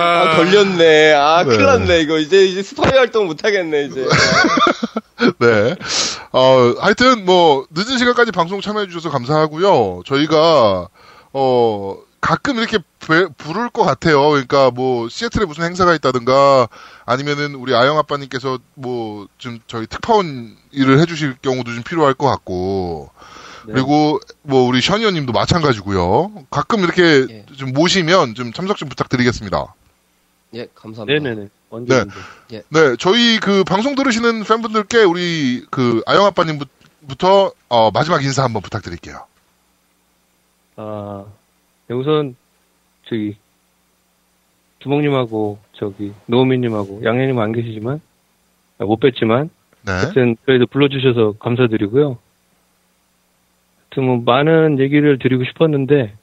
아, 걸렸네. 아,
네.
큰일 났네, 이거. 이제, 이제 스파이 활동 못하겠네, 이제.
네. 어, 하여튼 뭐 늦은 시간까지 방송 참여해 주셔서 감사하고요. 저희가 어 가끔 이렇게 뵈- 부를 것 같아요. 그러니까 뭐 시애틀에 무슨 행사가 있다든가 아니면은 우리 아영 아빠님께서 뭐 좀 저희 특파원 일을 해주실 경우도 좀 필요할 것 같고 그리고 뭐 우리 션이언님도 마찬가지고요. 가끔 이렇게
예.
좀 모시면 좀 참석 좀 부탁드리겠습니다.
예, 감사합니다.
네네네. 언제든지.
네, 저희 그 방송 들으시는 팬분들께 우리 그 아영 아빠님부터 어, 마지막 인사 한번 부탁드릴게요.
아, 네, 우선, 저기, 주목님하고, 저기, 노우미님하고, 양현님 안 계시지만, 아, 못 뵀지만,
네.
하여튼, 그래도 불러주셔서 감사드리고요. 하여튼 뭐, 많은 얘기를 드리고 싶었는데,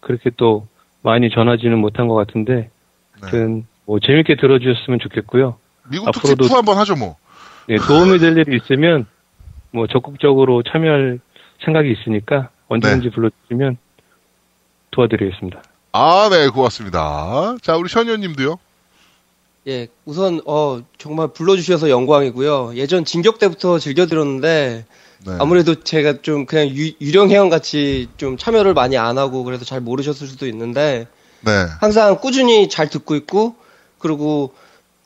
그렇게 또, 많이 전하지는 못한 것 같은데, 아무튼 뭐 재밌게 들어주셨으면 좋겠고요.
미국 특집
앞으로도-
투 한번 하죠 뭐.
예, 도움이 될 일이 있으면 뭐 적극적으로 참여할 생각이 있으니까 언제든지 불러주시면 도와드리겠습니다.
아, 네, 고맙습니다. 자, 우리 션현님도요.
예, 우선 어 정말 불러주셔서 영광이고요. 예전 진격 때부터 즐겨 들었는데
네.
아무래도 제가 좀 그냥 유, 령 회원 같이 좀 참여를 많이 안 하고 그래서 잘 모르셨을 수도 있는데
네.
항상 꾸준히 잘 듣고 있고 그리고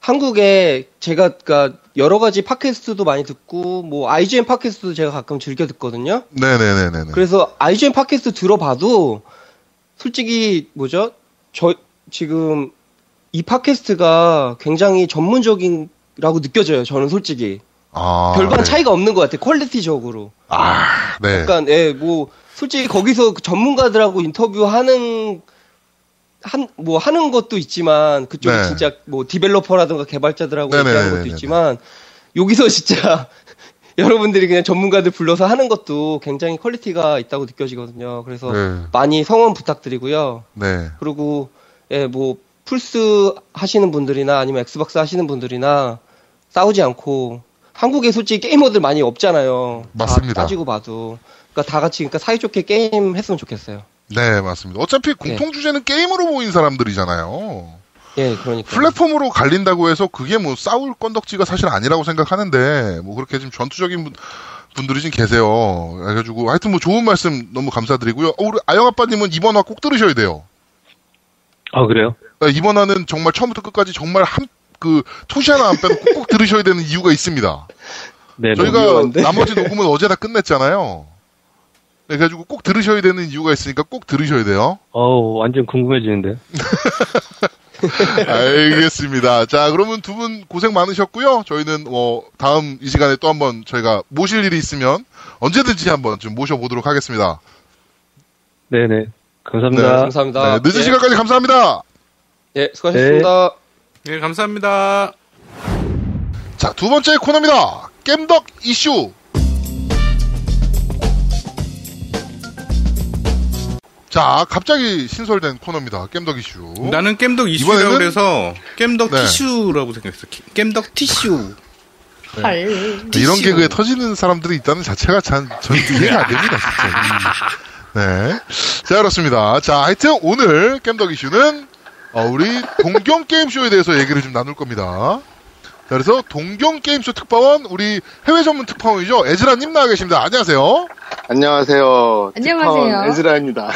한국에 제가 그러니까 여러 가지 팟캐스트도 많이 듣고 뭐 IGN 팟캐스트도 제가 가끔 즐겨 듣거든요.
네네네네.
그래서 IGN 팟캐스트 들어봐도 솔직히 뭐죠? 저 지금 이 팟캐스트가 굉장히 전문적인라고 느껴져요. 저는 솔직히
아,
별반
네.
차이가 없는 것 같아요. 퀄리티적으로.
아, 네.
그러니까 예, 뭐 솔직히 거기서 그 전문가들하고 인터뷰하는 한 뭐 하는 것도 있지만 그쪽이
네.
진짜 뭐 디벨로퍼라든가 개발자들하고
네네네네네.
얘기하는 것도 있지만 여기서 진짜 여러분들이 그냥 전문가들 불러서 하는 것도 굉장히 퀄리티가 있다고 느껴지거든요. 그래서
네.
많이 성원 부탁드리고요.
네.
그리고 예, 뭐 플스 하시는 분들이나 아니면 엑스박스 하시는 분들이나 싸우지 않고 한국에 솔직히 게이머들 많이 없잖아요. 다
맞습니다.
따지고 봐도 그러니까 다 같이 그러니까 사이좋게 게임 했으면 좋겠어요.
네, 맞습니다. 어차피 공통 주제는 게임으로 모인 사람들이잖아요.
예, 그러니까.
플랫폼으로 갈린다고 해서 그게 뭐 싸울 건덕지가 사실 아니라고 생각하는데 뭐 그렇게 좀 전투적인 분, 분들이 좀 계세요. 그래가지고 하여튼 뭐 좋은 말씀 너무 감사드리고요. 어, 우리 아영 아빠님은 이번 화 꼭 들으셔야 돼요.
아 그래요?
네, 이번 화는 정말 처음부터 끝까지 정말 한 그 토시 하나 안 빼고 꼭 들으셔야 되는 이유가 있습니다.
네,
저희가
미묘한데?
나머지 녹음은 어제 다 끝냈잖아요. 네, 그래가지고 꼭 들으셔야 되는 이유가 있으니까 꼭 들으셔야 돼요.
어우 완전 궁금해지는데.
알겠습니다. 자, 그러면 두 분 고생 많으셨고요. 저희는 어, 다음 이 시간에 또 한번 저희가 모실 일이 있으면 언제든지 한번 좀 모셔보도록 하겠습니다.
네네. 감사합니다.
감사합니다.
네, 늦은
예,
시간까지 감사합니다.
예, 수고하셨습니다.
예, 감사합니다.
자, 두 번째 코너입니다. 겜덕 이슈. 자, 갑자기 신설된 코너입니다. 겜덕 이슈.
나는 겜덕 이슈라고
이번에는-
그래서 겜덕
네.
티슈라고 생각했어. 기- 겜덕 티슈. 네.
네, 아, 이런 개그에 터지는 사람들이 있다는 자체가 참, 전 이해가 안 됩니다, 진짜. 네. 자, 그렇습니다. 자, 하여튼 오늘 겜덕 이슈는, 어, 우리 동경게임쇼에 대해서 얘기를 좀 나눌 겁니다. 자, 그래서 동경게임쇼 특파원, 우리 해외 전문 특파원이죠. 에즈라님 나와 계십니다. 안녕하세요.
안녕하세요.
안녕하세요.
특파원 에즈라입니다.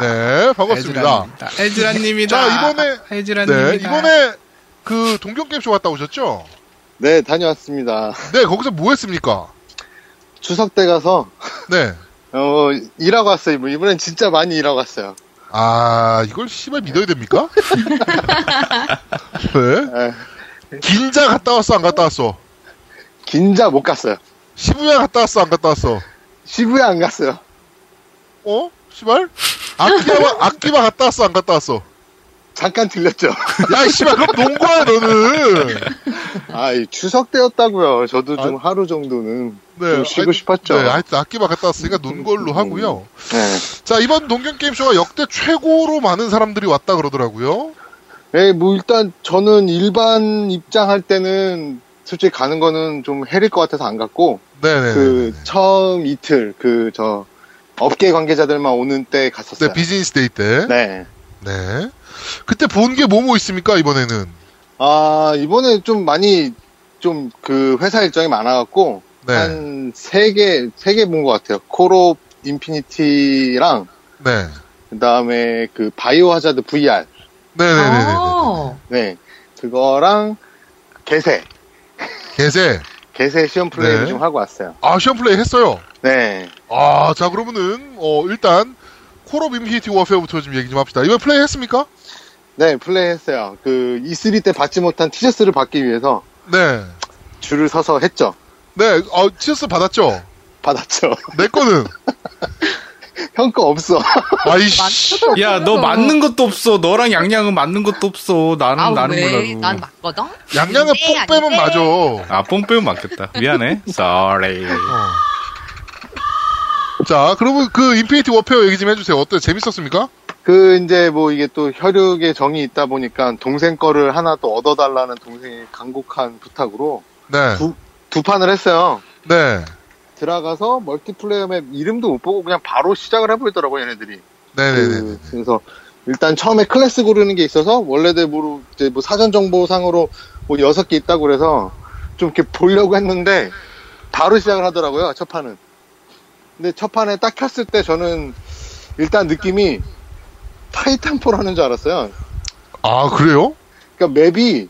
네, 반갑습니다.
에즈라님이다.
자, 이번에-
에즈라님이다.
네, 이번에 그 동경게임쇼 갔다 오셨죠?
네, 다녀왔습니다.
네, 거기서 뭐 했습니까?
추석 때 가서
네.
어, 일하고 왔어요. 이번- 이번엔 진짜 많이 일하고 왔어요.
아, 이걸 씨발 믿어야 됩니까? 네.
에,
긴자 갔다 왔어, 안 갔다 왔어?
긴자 못 갔어요.
시부야 갔다 왔어, 안 갔다 왔어?
시부야 안 갔어요.
어? 씨발? 아키바, 아키바 갔다 왔어, 안 갔다 왔어?
잠깐 들렸죠.
야, 이 씨발, 그럼 농구야, 너는!
아, 이 추석 때였다고요. 저도 좀 하루 정도는 좀 쉬고
하여튼-
싶었죠.
아, 네, 하여튼 아키바 갔다 왔으니까 논 걸로 하고요.
네.
자, 이번 동경게임쇼가 역대 최고로 많은 사람들이 왔다 그러더라고요.
네, 뭐 일단 저는 일반 입장할 때는 솔직히 가는 거는 좀 해릴 것 같아서 안 갔고
네네.
그 처음 이틀 그 저 업계 관계자들만 오는 때 갔었어요.
네, 비즈니스 데이 때.
네.
네. 그때 본 게 뭐 뭐 있습니까, 이번에는?
아, 이번에 좀 많이 좀 그 회사 일정이 많아갖고,
네.
한 세 개, 세 개 본 것 같아요. 콜옵 인피니티랑,
네.
그 다음에 그 바이오 하자드 VR.
네네네네.
아,
네. 그거랑, 개세.
개세.
개세 시험 플레이를
네.
좀 하고 왔어요.
아, 시험 플레이 했어요.
네.
아, 자, 그러면은, 어, 일단, 콜옵 인피니티 워페어부터 좀 얘기 좀 합시다. 이번 플레이 했습니까?
네, 플레이 했어요. 그 E3 때 받지 못한 티셔츠를 받기 위해서
네.
줄을 서서 했죠.
네, 어, 치어스 받았죠?
받았죠.
내 거는.
형 거 없어.
아이씨.
야, 너 맞는 것도 없어. 너랑 양양은 맞는 것도 없어. 나는
아,
나는
왜?
몰라도.
난 맞거든? 네,
양양은 뽕
네,
빼면 맞아. 어.
아, 뽕 빼면 맞겠다. 미안해. Sorry.
자, 그러면 그 인피니티 워페어 얘기 좀 해주세요. 어때? 재밌었습니까?
그 이제 뭐 이게 또 혈육의 정이 있다 보니까 동생 거를 하나 또 얻어달라는 동생이 간곡한 부탁으로
네.
두, 두 판을 했어요.
네.
들어가서 멀티플레이어 맵 이름도 못 보고 그냥 바로 시작을 해버리더라고요, 얘네들이.
네네네.
그, 래서 일단 처음에 클래스 고르는 게 있어서 원래대로 이제 뭐 사전 정보상으로 뭐 여섯 개 있다고 그래서 좀 이렇게 보려고 했는데 바로 시작을 하더라고요, 첫 판은. 근데 첫 판에 딱 켰을 때 저는 일단 느낌이 타이탄폴 하는 줄 알았어요.
아, 그래요?
그러니까 맵이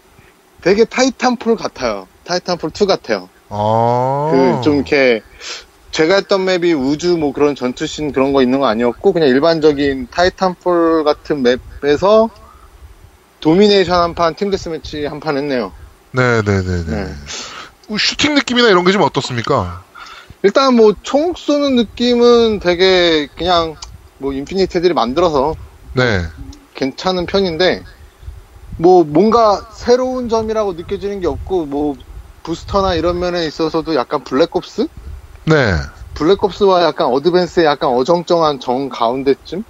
되게 타이탄폴 같아요. 타이탄폴 2 같아요.
아.
그 좀 이렇게 제가 했던 맵이 우주 뭐 그런 전투신 그런 거 있는 거 아니었고 그냥 일반적인 타이탄폴 같은 맵에서 도미네이션 한 판, 팀 데스매치 한 판 했네요.
네네네네.
네.
슈팅 느낌이나 이런 게 좀 어떻습니까?
일단 뭐 총 쏘는 느낌은 되게 그냥 뭐 인피니티들이 만들어서
네.
괜찮은 편인데 뭐 뭔가 새로운 점이라고 느껴지는 게 없고 뭐 부스터나 이런 면에 있어서도 약간 블랙옵스?
네.
블랙옵스와 약간 어드밴스의 약간 어정쩡한 정 가운데쯤?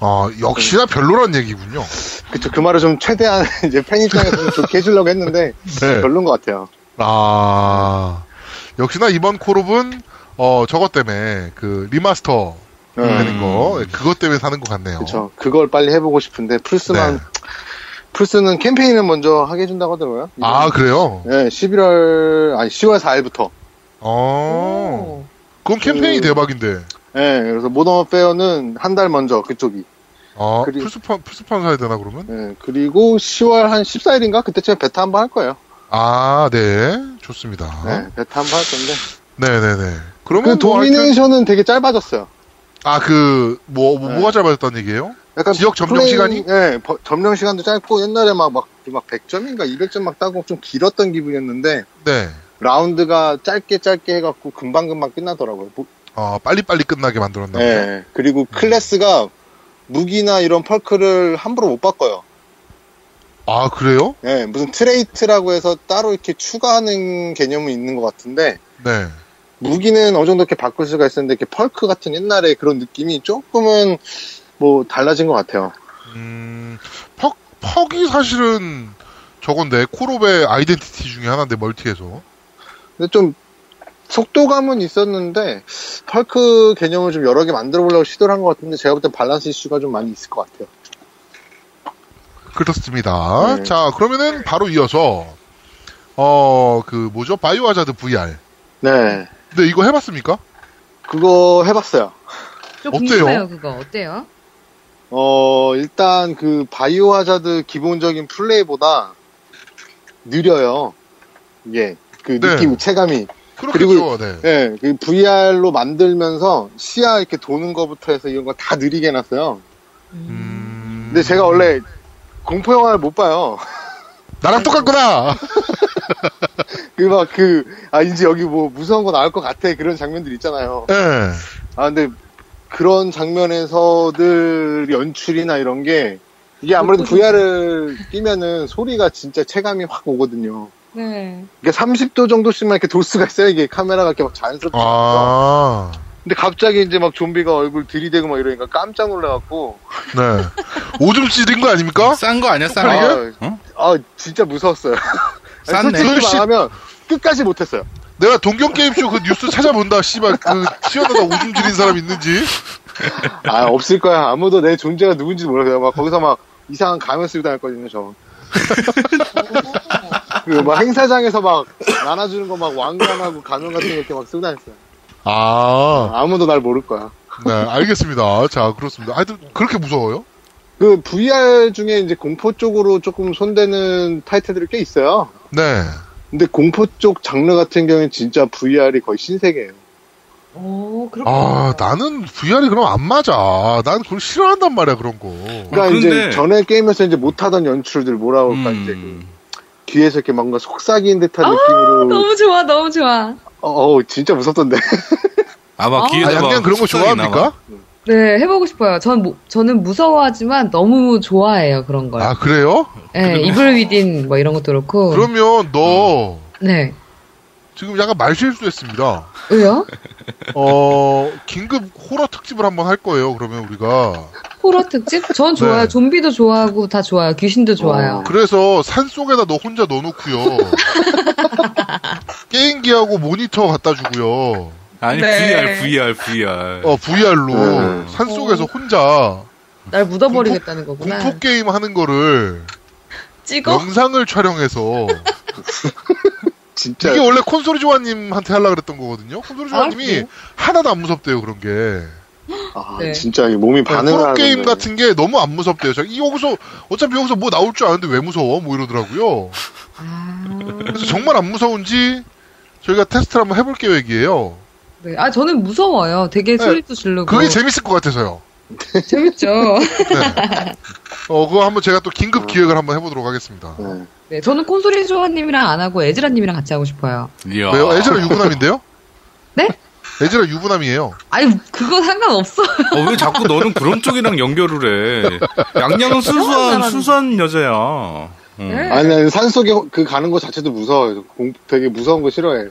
아, 역시나 별로란 얘기군요.
그쵸, 그 말을 좀 최대한 이제 팬 입장에서는 좋게 해주려고 했는데,
네.
별론 것 같아요.
아. 역시나 이번 콜옵은, 어, 저것 때문에, 그, 리마스터
음,
되는 거, 그것 때문에 사는 것 같네요.
그쵸. 그걸 빨리 해보고 싶은데, 플스만,
네.
플스는 캠페인을 먼저 하게 해준다고 하더라고요.
아, 그래요?
네, 11월, 아니, 10월 4일부터.
어. 그건 캠페인이
그-
대박인데.
네, 그래서 모던 어페어는 한 달 먼저, 그쪽이.
아,
그리-
플스판, 플스판 사야 되나, 그러면?
네, 그리고 10월 한 14일인가? 그때쯤에 베타 한 번 할 거예요.
아, 네. 좋습니다.
네, 베타 한 번 할 건데.
네네네. 그러면
그
뭐 하여튼-
도미네이션은 되게 짧아졌어요.
아, 그, 뭐, 뭐
네.
뭐가 짧아졌다는 얘기예요?
약간
지역 점령 시간이?
네, 버- 점령 시간도 짧고 옛날에 막 막 막 100점인가 200점 막 따고 좀 길었던 기분이었는데
네.
라운드가 짧게 짧게 해갖고 금방금방 끝나더라고요. 뭐-
어, 빨리빨리 끝나게 만들었나 보다.
네. 그리고 클래스가 무기나 이런 펄크를 함부로 못 바꿔요.
아, 그래요?
네, 무슨 트레이트라고 해서 따로 이렇게 추가하는 개념은 있는 것 같은데
네.
무기는 어느 정도 이렇게 바꿀 수가 있었는데 이렇게 펄크 같은 옛날에 그런 느낌이 조금은 뭐 달라진 것 같아요.
음, 퍽, 퍽이 사실은 저건데, 콜옵의 아이덴티티 중에 하나인데, 멀티에서.
근데 좀 속도감은 있었는데 펄크 개념을 좀 여러 개 만들어 보려고 시도를 한 것 같은데 제가 볼 땐 밸런스 이슈가 좀 많이 있을 것 같아요.
그렇습니다.
네.
자, 그러면은 바로 이어서, 어, 그, 뭐죠? 바이오 하자드 VR.
네.
근데 이거 해봤습니까?
그거 해봤어요.
좀
어때요?
궁금해요 그거 어때요?
어, 일단 그 바이오 하자드 기본적인 플레이보다 느려요. 이게 그
네.
느낌, 체감이.
그렇겠죠, 네.
예, 그 VR로 만들면서 시야 이렇게 도는 거부터 해서 이런 거 다 느리게 해놨어요.
음.
근데 제가 원래 공포영화를 못 봐요.
나랑 똑같구나!
그 막 그, 아, 이제 여기 뭐 무서운 거 나올 것 같아. 그런 장면들 있잖아요.
예.
아, 근데 그런 장면에서 늘 연출이나 이런 게 이게 아무래도 VR을 끼면은 소리가 진짜 체감이 확 오거든요.
네.
이게 30도 정도씩만 이렇게 도수가 있어요. 이게 카메라가 이렇게 막 자연스럽게. 나와서.
아,
근데 갑자기 이제 막 좀비가 얼굴 들이대고 막 이러니까 깜짝 놀라갖고.
네. 오줌 찌린 거 뭐? 아닙니까?
싼 거 아니야, 싼
아,
거? 어?
아, 진짜 무서웠어요. 아니,
쌌네.
솔직히
씨.
말하면 끝까지 못했어요.
내가 동경게임쇼 그 뉴스 찾아본다, 씨발. 그, 시원하다 오줌 지린 사람 있는지.
아, 없을 거야. 아무도 내 존재가 누군지 몰라요. 막 거기서 막 이상한 가면 쓰고 다녔거든요, 저. 그리고 막 행사장에서 막 나눠주는 거 막 왕관하고 가면 같은 거 이렇게 막 쓰고 다녔어요.
아,
아무도 날 모를 거야.
네, 알겠습니다. 자, 그렇습니다. 하여튼, 그렇게 무서워요?
그 VR 중에 이제 공포 쪽으로 조금 손대는 타이틀들이 꽤 있어요.
네.
근데 공포 쪽 장르 같은 경우는 진짜 VR이 거의 신세계예요.
오 그렇군요.
아, 나는 VR이 그럼 안 맞아. 난 그걸 싫어한단 말이야, 그런 거.
그러니까
아, 근데-
이제 전에 게임에서 이제 못하던 연출들 뭐라 그럴까 이제 그
음.
뒤에서 이렇게 뭔가 속삭이는 듯한 느낌으로
아, 너무 좋아 너무 좋아.
어, 우 진짜 무섭던데.
아마
아,
아,
기회가
양양 그런 거 좋아합니까?
네 해보고 싶어요. 전 뭐- 저는 무서워하지만 너무 좋아해요 그런 걸.
아, 그래요?
네, 이블 위딘 뭐 이런 것도 그렇고.
그러면 너,
네.
지금 약간 말실수했습니다.
왜요?
어, 긴급 호러 특집을 한번 할 거예요, 그러면 우리가.
호러 특집? 전 좋아요.
네. 어,
좀비도 좋아하고 다 좋아요. 귀신도 좋아요.
그래서 산 속에다 너 혼자 넣어놓고요. 게임기하고 모니터 갖다 주고요.
아니
네.
VR, VR, VR.
어 VR로
네.
산 속에서 혼자
날 묻어버리겠다는 거구나.
공포 게임 하는 거를
찍어?
영상을 촬영해서
진짜
이게 원래 콘솔이 조아님한테 하려 그랬던 거거든요. 콘솔이 조아님이 네.
아,
하나도 안 무섭대요 그런 게.
아,
네.
진짜 이 몸이 반응을
프로
하는
어, 게임 같은 게 너무 안 무섭대요. 저 이- 여기서 어차피 여기서 뭐 나올 줄 아는데 왜 무서워? 뭐 이러더라고요.
아,
그래서 정말 안 무서운지 저희가 테스트를 한번 해볼 계획이에요.
네. 아, 저는 무서워요. 되게
네.
소리도 지르고.
그게 재밌을 것 같아서요.
재밌죠.
어 그거 한번 제가 또 긴급 기획을 한번 해보도록 하겠습니다.
네.
네, 저는 콘솔이 조아님이랑 안 하고 에즈라님이랑 같이 하고 싶어요.
이야.
왜요? 에즈라 유부남인데요?
네?
에즈라 유부남이에요.
아니, 그거 상관없어.
어, 왜 자꾸 너는 그런 쪽이랑 연결을 해? 양양은 순수한,
사람이.
순수한 여자야. 어. 응.
네.
음.
아니, 아니 산속에 그 가는 거 자체도 무서워요. 공- 되게 무서운 거 싫어해요.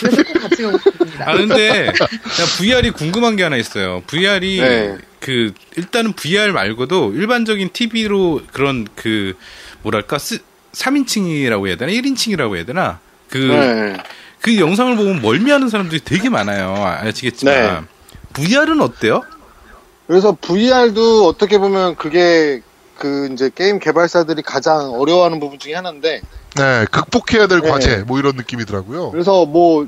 그래서 꼭 같이 가고 싶습니다.
아, 근데, 나 VR이 궁금한 게 하나 있어요. VR이,
네.
그, 일단은 VR 말고도 일반적인 TV로 그런 그, 뭐랄까, 쓰, 3인칭이라고 해야 되나? 1인칭이라고 해야 되나? 그,
네.
그 영상을 보면 멀미하는 사람들이 되게 많아요. 아, 아시겠지만.
네.
VR은 어때요?
그래서 VR도 어떻게 보면 그게 그 이제 게임 개발사들이 가장 어려워하는 부분 중에 하나인데
네, 극복해야 될
네.
과제 뭐 이런 느낌이더라고요.
그래서 뭐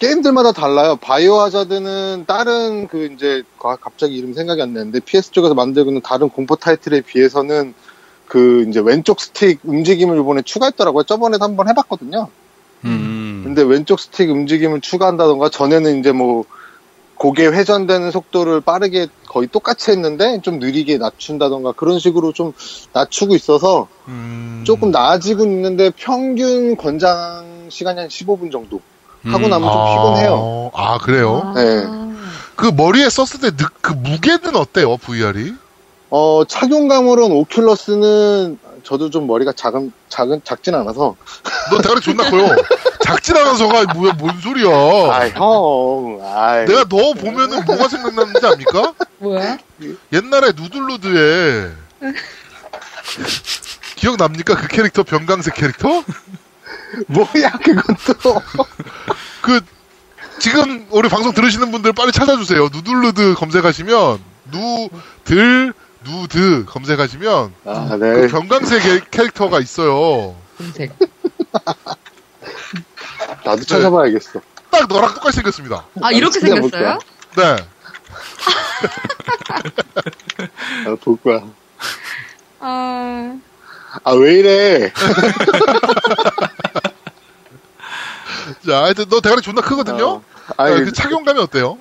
게임들마다 달라요. 바이오 하자드는 다른 그 이제 가- 갑자기 이름 생각이 안 나는데 PS 쪽에서 만들고 있는 다른 공포 타이틀에 비해서는 그 이제 왼쪽 스틱 움직임을 이번에 추가했더라고요. 저번에도 한번 해봤거든요.
음.
근데 왼쪽 스틱 움직임을 추가한다던가 전에는 이제 뭐 고개 회전되는 속도를 빠르게 거의 똑같이 했는데 좀 느리게 낮춘다던가 그런 식으로 좀 낮추고 있어서
음.
조금 나아지고 있는데 평균 권장 시간이 한 15분 정도 하고
음.
나면 좀 피곤해요.
아 그래요?
네.
그 머리에 썼을 때 그 무게는 어때요? VR이?
어, 착용감으로는 오큘러스는 저도 좀 머리가 작은 작은 작진 않아서
너 대가리 존나 커요. 작진 않아서가 뭐야? 뭔 소리야?
아, 형. 아이.
어. 내가 너 보면은 뭐가 생각나는지 압니까?
뭐야?
옛날에 누들루드에 기억납니까? 그 캐릭터 병강색 캐릭터?
뭐야 그것도.
그 지금 우리 방송 들으시는 분들 빨리 찾아주세요. 누들루드 검색하시면 누들 누드 검색하시면
아,
그
네.
병강색 캐- 캐릭터가 있어요.
검색.
네.
나도 찾아봐야겠어.
딱 너랑 똑같이 생겼습니다.
아, 이렇게
진짜
생겼어요?
볼게요.
네.
아, 볼 거야.
아,
아 왜 이래?
자, 하여튼 너 대가리 존나 크거든요.
어. 아니,
자, 그 착용감이 어때요?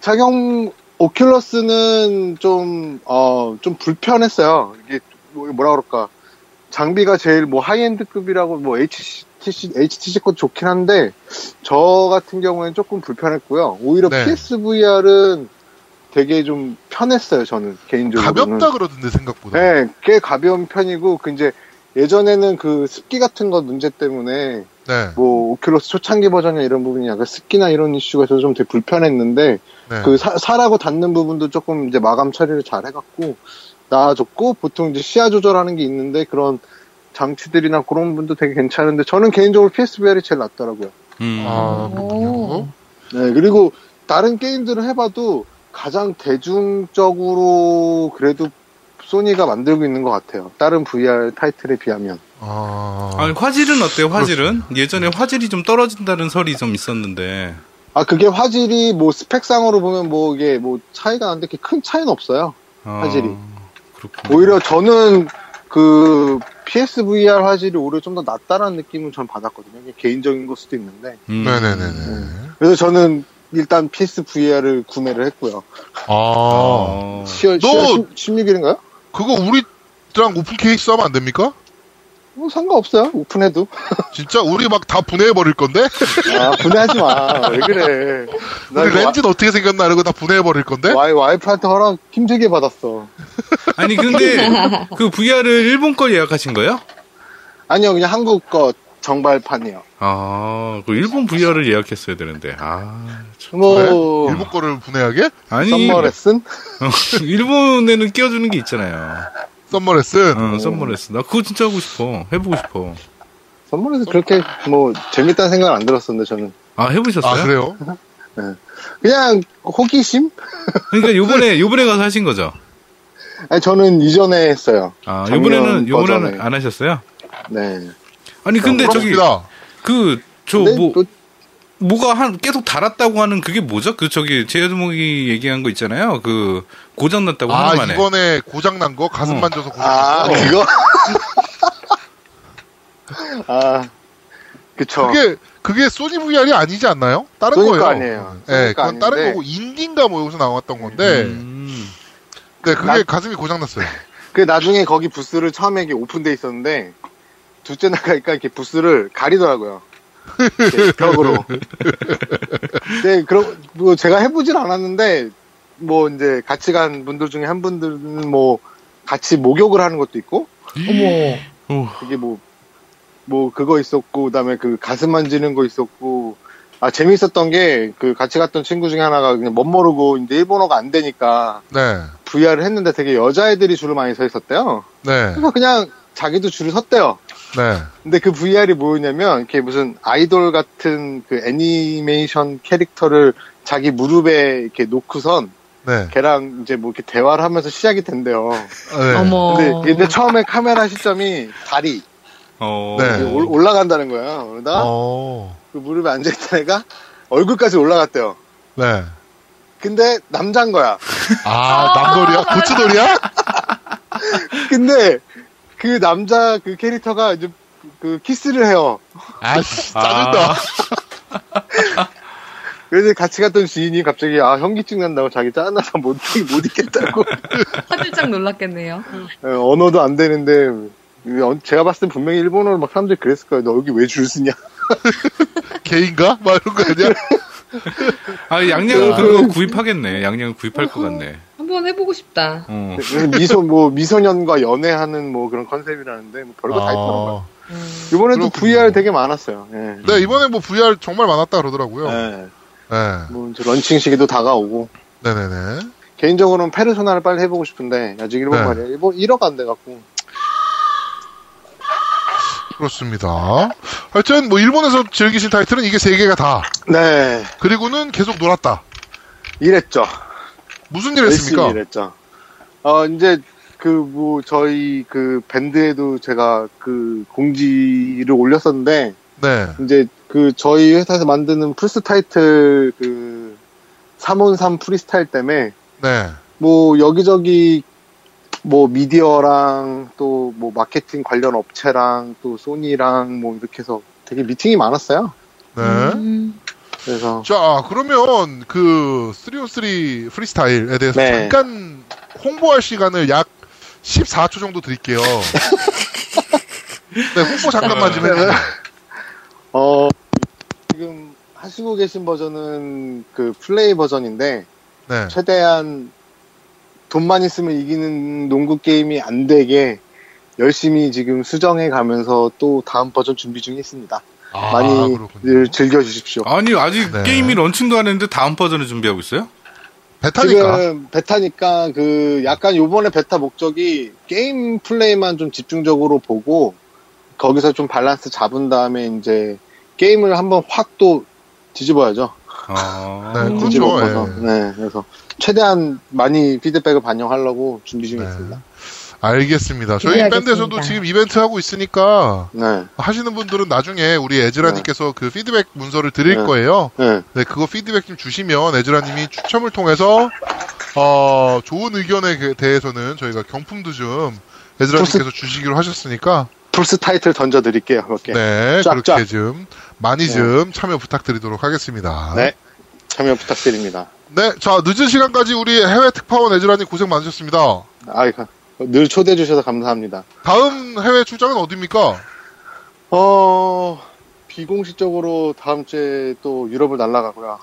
착용 오큘러스는 좀, 어, 좀 불편했어요. 이게 뭐- 뭐라 그럴까. 장비가 제일 뭐 하이엔드급이라고 뭐 HTC, HTC 것 좋긴 한데, 저 같은 경우에는 조금 불편했고요. 오히려
네.
PSVR은 되게 좀 편했어요, 저는, 개인적으로.
가볍다 그러던데 생각보다.
네, 꽤 가벼운 편이고, 그 이제 예전에는 그 습기 같은 거 문제 때문에
네.
뭐 오큘러스 초창기 버전이나 이런 부분이 약간 습기나 이런 이슈가 있어서 좀 되게 불편했는데
네.
그 사, 사라고 닿는 부분도 조금 이제 마감 처리를 잘 해갖고 나아졌고 보통 이제 시야 조절하는 게 있는데 그런 장치들이나 그런 부분도 되게 괜찮은데 저는 개인적으로 PSVR이 제일 낫더라고요.
음.
아,
오.
그렇군요.
네 그리고 다른 게임들을 해봐도 가장 대중적으로 그래도 소니가 만들고 있는 것 같아요. 다른 VR 타이틀에 비하면.
아.
아니, 화질은 어때요, 화질은? 예전에 화질이 좀 떨어진다는 설이 좀 있었는데.
아 그게 화질이 뭐 스펙상으로 보면 뭐 이게 뭐 차이가 나는데 그렇게 큰 차이는 없어요.
어,
화질이.
그렇군요.
오히려 저는 그 PSVR 화질이 오히려 좀 더 낫다라는 느낌을 전 받았거든요. 이게 개인적인 걸 수도 있는데.
음.
네, 네네네네.
그래서 저는 일단 PSVR을 구매를 했고요.
아.
어.
10월,
너-
16일인가요?
그거 우리랑 오픈 케이스 하면 안 됩니까?
뭐 상관없어요. 오픈해도.
진짜 우리 막 다 분해해버릴 건데?
아, 분해하지 마. 왜 그래. 나
우리
이거
렌즈는 어떻게 생겼나 이러고 다 분해해버릴 건데?
와, 이프한테 허락 힘들게 받았어.
아니 근데 그 VR을 일본 걸 예약하신 거예요?
아니요, 그냥 한국 거 정발판이요.
아, 그 일본 VR을 예약했어야 되는데. 아, 참.
그래?
뭐
네? 일본 거를 분해하게?
아니
썸머레슨?
일본에는 끼워주는 게 있잖아요.
썸머레슨?
어, 썸머레스. 나 그거 진짜 하고 싶어. 해보고 싶어.
썸머레슨 그렇게 뭐 재밌다는 생각은 안 들었었는데 저는
아, 해보셨어요?
아, 그래요?
그냥 호기심?
그러니까 요번에 요번에 가서 하신 거죠?
아니 저는 이전에 했어요.
아,
작년
요번에는 요번에는 아,
버전에.
안 하셨어요?
네.
아니 근데 저기
부럽습니다.
그 저
근데
뭐
또-
뭐가 한 계속 달았다고 하는 그게 뭐죠? 그 저기 제여드목이 얘기한 거 있잖아요. 그 고장 났다고
아,
하는 만에.
이번에 고장난 거? 가슴
어.
만져서 고장난
아
거?
그거? 아 그쵸.
그게, 그게 소니 VR이 아니지 않나요? 다른
어. 소니 거
거예요.
아니에요.
네,
소니 거
그건 다른
아닌데.
거고, 인디인가 뭐 여기서 나왔던 건데,
음.
네, 그게
난-
가슴이 고장났어요.
그 나중에 거기 부스를 처음에 이게 오픈돼 있었는데 둘째 나가니까 이렇게 부스를 가리더라고요. 이렇게 벽으로. 네, 그럼 뭐 제가 해보진 않았는데 뭐 이제 같이 간 분들 중에 한 분들은 뭐 같이 목욕을 하는 것도 있고
어머.
그게 뭐 뭐 그거 있었고 그다음에 그 가슴 만지는 거 있었고 아 재미있었던 게 그 같이 갔던 친구 중에 하나가 그냥 멋 모르고 이제 일본어가 안 되니까
네,
VR을 했는데 되게 여자애들이 줄을 많이 서 있었대요.
네,
그래서 그냥 자기도 줄을 섰대요.
네.
근데 그 VR이 뭐였냐면 이렇게 무슨 아이돌 같은 그 애니메이션 캐릭터를 자기 무릎에 이렇게 놓고선
네.
걔랑 이제 뭐 이렇게 대화를 하면서 시작이 된대요.
네.
어머.
근데, 근데 처음에 카메라 시점이 다리
어.
네.
이게 올- 올라간다는 거예요. 그러다
어,
그 무릎에 앉아있던 애가 얼굴까지 올라갔대요.
네.
근데 남잔 거야.
아, 남돌이야? 고추돌이야?
근데 그 남자 그 캐릭터가 이제 그 키스를 해요.
아씨,
아.
짜증나.
그래서 같이 갔던 지인이 갑자기 아 현기증 난다고 자기 짜증나서 못, 못 있겠다고
화들짝 놀랐겠네요.
예, 언어도 안 되는데 이 언- 제가 봤을 땐 분명히 일본어로 막 사람들이 그랬을 거예요. 너 여기 왜 줄 쓰냐?
개인가? 막 이런 거 아니야?
아,
네.
양양은 그거 구입하겠네. 양양은 구입할 것 같네.
한번 해보고 싶다.
네.
어.
미소 뭐 미소년과 연애하는 뭐 그런 컨셉이라는데 뭐 별거 다 있더라고요.
아.
음.
그렇군요.
이번에도 VR 되게 많았어요. 예.
네, 이번에 뭐 VR 정말 많았다 그러더라고요. 네.
예. 뭐 이제 런칭 시기도 다가오고
네네네.
개인적으로는 페르소나를 빨리 해보고 싶은데 아직 일본
네.
말이야. 일본 1억 안 돼갖고
그렇습니다. 하여튼 뭐 일본에서 즐기신 타이틀은 이게 세 개가 다.
네
그리고는 계속 놀았다.
이랬죠.
무슨 일 했습니까?
열심히 일했죠. 어, 이제, 그, 뭐, 저희, 그, 밴드에도 제가 그, 공지를 올렸었는데,
네.
이제, 그, 저희 회사에서 만드는 플스 타이틀, 그, 3온3 프리스타일 때문에,
네.
뭐, 여기저기, 뭐, 미디어랑, 또, 뭐, 마케팅 관련 업체랑, 또, 소니랑, 뭐, 이렇게 해서 되게 미팅이 많았어요.
네.
음.
그래서,
자, 그러면 그 303 프리스타일에 대해서
네.
잠깐 홍보할 시간을 약 14초 정도 드릴게요. 네, 홍보 잠깐만
네.
좀 해주세요.
어, 지금 하시고 계신 버전은 그 플레이 버전인데,
네.
최대한 돈만 있으면 이기는 농구 게임이 안 되게 열심히 지금 수정해 가면서 또 다음 버전 준비 중에 있습니다.
아,
많이
그렇군요.
즐겨 주십시오.
아니, 아직
네.
게임이 런칭도 안 했는데 다음 버전을 준비하고 있어요?
베타니까.
지금 베타니까 그 약간 요번에 베타 목적이 게임 플레이만 좀 집중적으로 보고 거기서 좀 밸런스 잡은 다음에 이제 게임을 한번 확 또 뒤집어야죠.
아.
네, 그렇죠.
음, 뒤집어 엎어서.
예.
네, 그래서 최대한 많이 피드백을 반영하려고 준비 중에
네.
있습니다.
알겠습니다. 저희
기대하겠습니다.
밴드에서도 지금 이벤트 하고 있으니까
네,
하시는 분들은 나중에 우리 에즈라님께서 그 피드백 문서를 드릴
네.
거예요.
네.
네, 그거 피드백 좀 주시면 에즈라님이 추첨을 통해서 어, 좋은 의견에 그- 대해서는 저희가 경품도 좀 에즈라님께서 주시기로 하셨으니까
플스 타이틀 던져드릴게요. 그렇게
네
예. 쫙,
그렇게
쫙.
좀 많이 좀 참여 부탁드리도록 하겠습니다.
네. 참여 부탁드립니다.
네, 자 늦은 시간까지 우리 해외 특파원 에즈라님 고생 많으셨습니다.
아, 늘 초대해 주셔서 감사합니다.
다음 해외 출장은 어디입니까?
어, 비공식적으로 다음 주에 또 유럽을 날아가고요.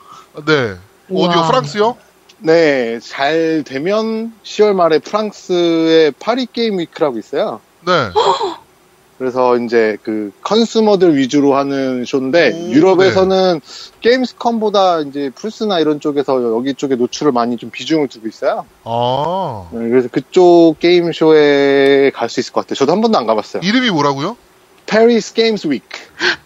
네, 어디요?
우와.
프랑스요?
네, 잘 되면 10월 말에 프랑스의 파리 게임 위크라고 있어요.
네,
그래서 이제 그 컨슈머들 위주로 하는 쇼인데
오,
유럽에서는 게임스컴보다 이제 플스나 이런 쪽에서 여기 쪽에 노출을 많이 좀 비중을 두고 있어요.
아.
네, 그래서 그쪽 게임 쇼에 갈 수 있을 것 같아요. 저도 한 번도 안 가봤어요.
이름이 뭐라고요?
페리스 게임스 위크.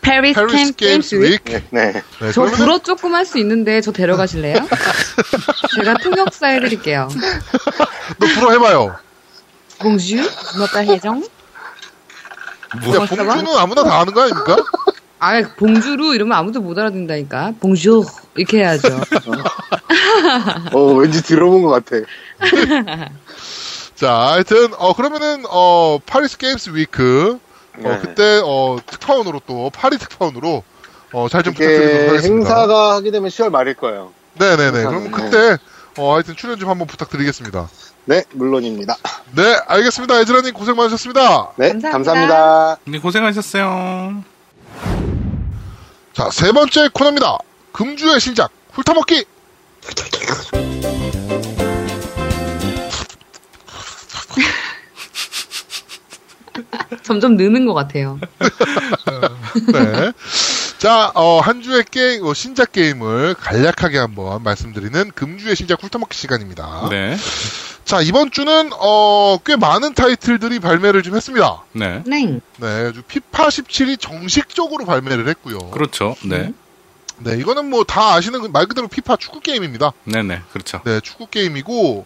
페리스 캠 게임스 위
네, 네.
네,
저
그러면은
불어 조금 할 수 있는데 저 데려가실래요? 제가 통역사 해드릴게요.
너 불어 해봐요.
봉주, 뭐다 해정? 뭐?
야, 봉주는 아무나 다 아는 거 아닙니까?
아, 봉주루 이러면 아무도 못 알아듣는다니까. 봉주 이렇게 해야죠.
어, 왠지 들어본 것 같아.
자, 하여튼, 어, 그러면은, 어, 파리스 게임스 위크. 어,
네.
그때, 어, 특파원으로 또, 파리 특파원으로, 어, 잘 좀 부탁드리도록
이게
하겠습니다.
행사가 하게 되면 10월 말일 거예요.
네네네.
행사는,
그럼
네.
그때, 어, 하여튼 출연 좀 한번 부탁드리겠습니다.
네, 물론입니다.
네, 알겠습니다. 에즈라님 고생 많으셨습니다.
네,
감사합니다.
감사합니다.
네, 고생하셨어요.
자, 세 번째 코너입니다. 금주의 신작, 훑어먹기!
점점 느는 것 같아요.
네. 자, 어, 한 주의 게임, 어, 신작 게임을 간략하게 한번 말씀드리는 금주의 신작 훑어먹기 시간입니다.
네.
자, 이번 주는, 어, 꽤 많은 타이틀들이 발매를 좀 했습니다.
네.
네.
네, 아주 피파 17이 정식적으로 발매를 했고요.
그렇죠. 네.
네, 이거는 뭐 다 아시는 그말 그대로 피파 축구 게임입니다.
네네. 그렇죠.
네, 축구 게임이고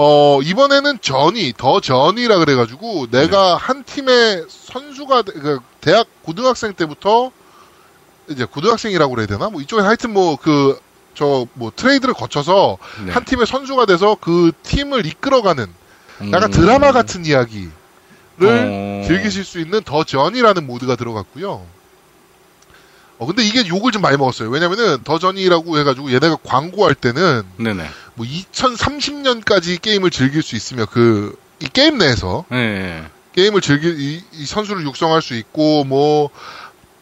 어, 이번에는 전이 더 전이라 그래가지고 내가 한 팀의 선수가 되- 그 대학 고등학생 때부터 이제 고등학생이라고 그래야 되나? 뭐 이쪽에 하여튼 뭐 그 저 뭐 트레이드를 거쳐서
네.
한 팀의 선수가 돼서 그 팀을 이끌어가는 약간
음.
드라마 같은 이야기를
어.
즐기실 수 있는 더 전이라는 모드가 들어갔고요. 어, 근데 이게 욕을 좀 많이 먹었어요. 왜냐면은 더 전이라고 해가지고 얘네가 광고할 때는
네네.
뭐 2030년까지 게임을 즐길 수 있으며 그 이 게임 내에서
네.
게임을 즐길 이, 이 선수를 육성할 수 있고 뭐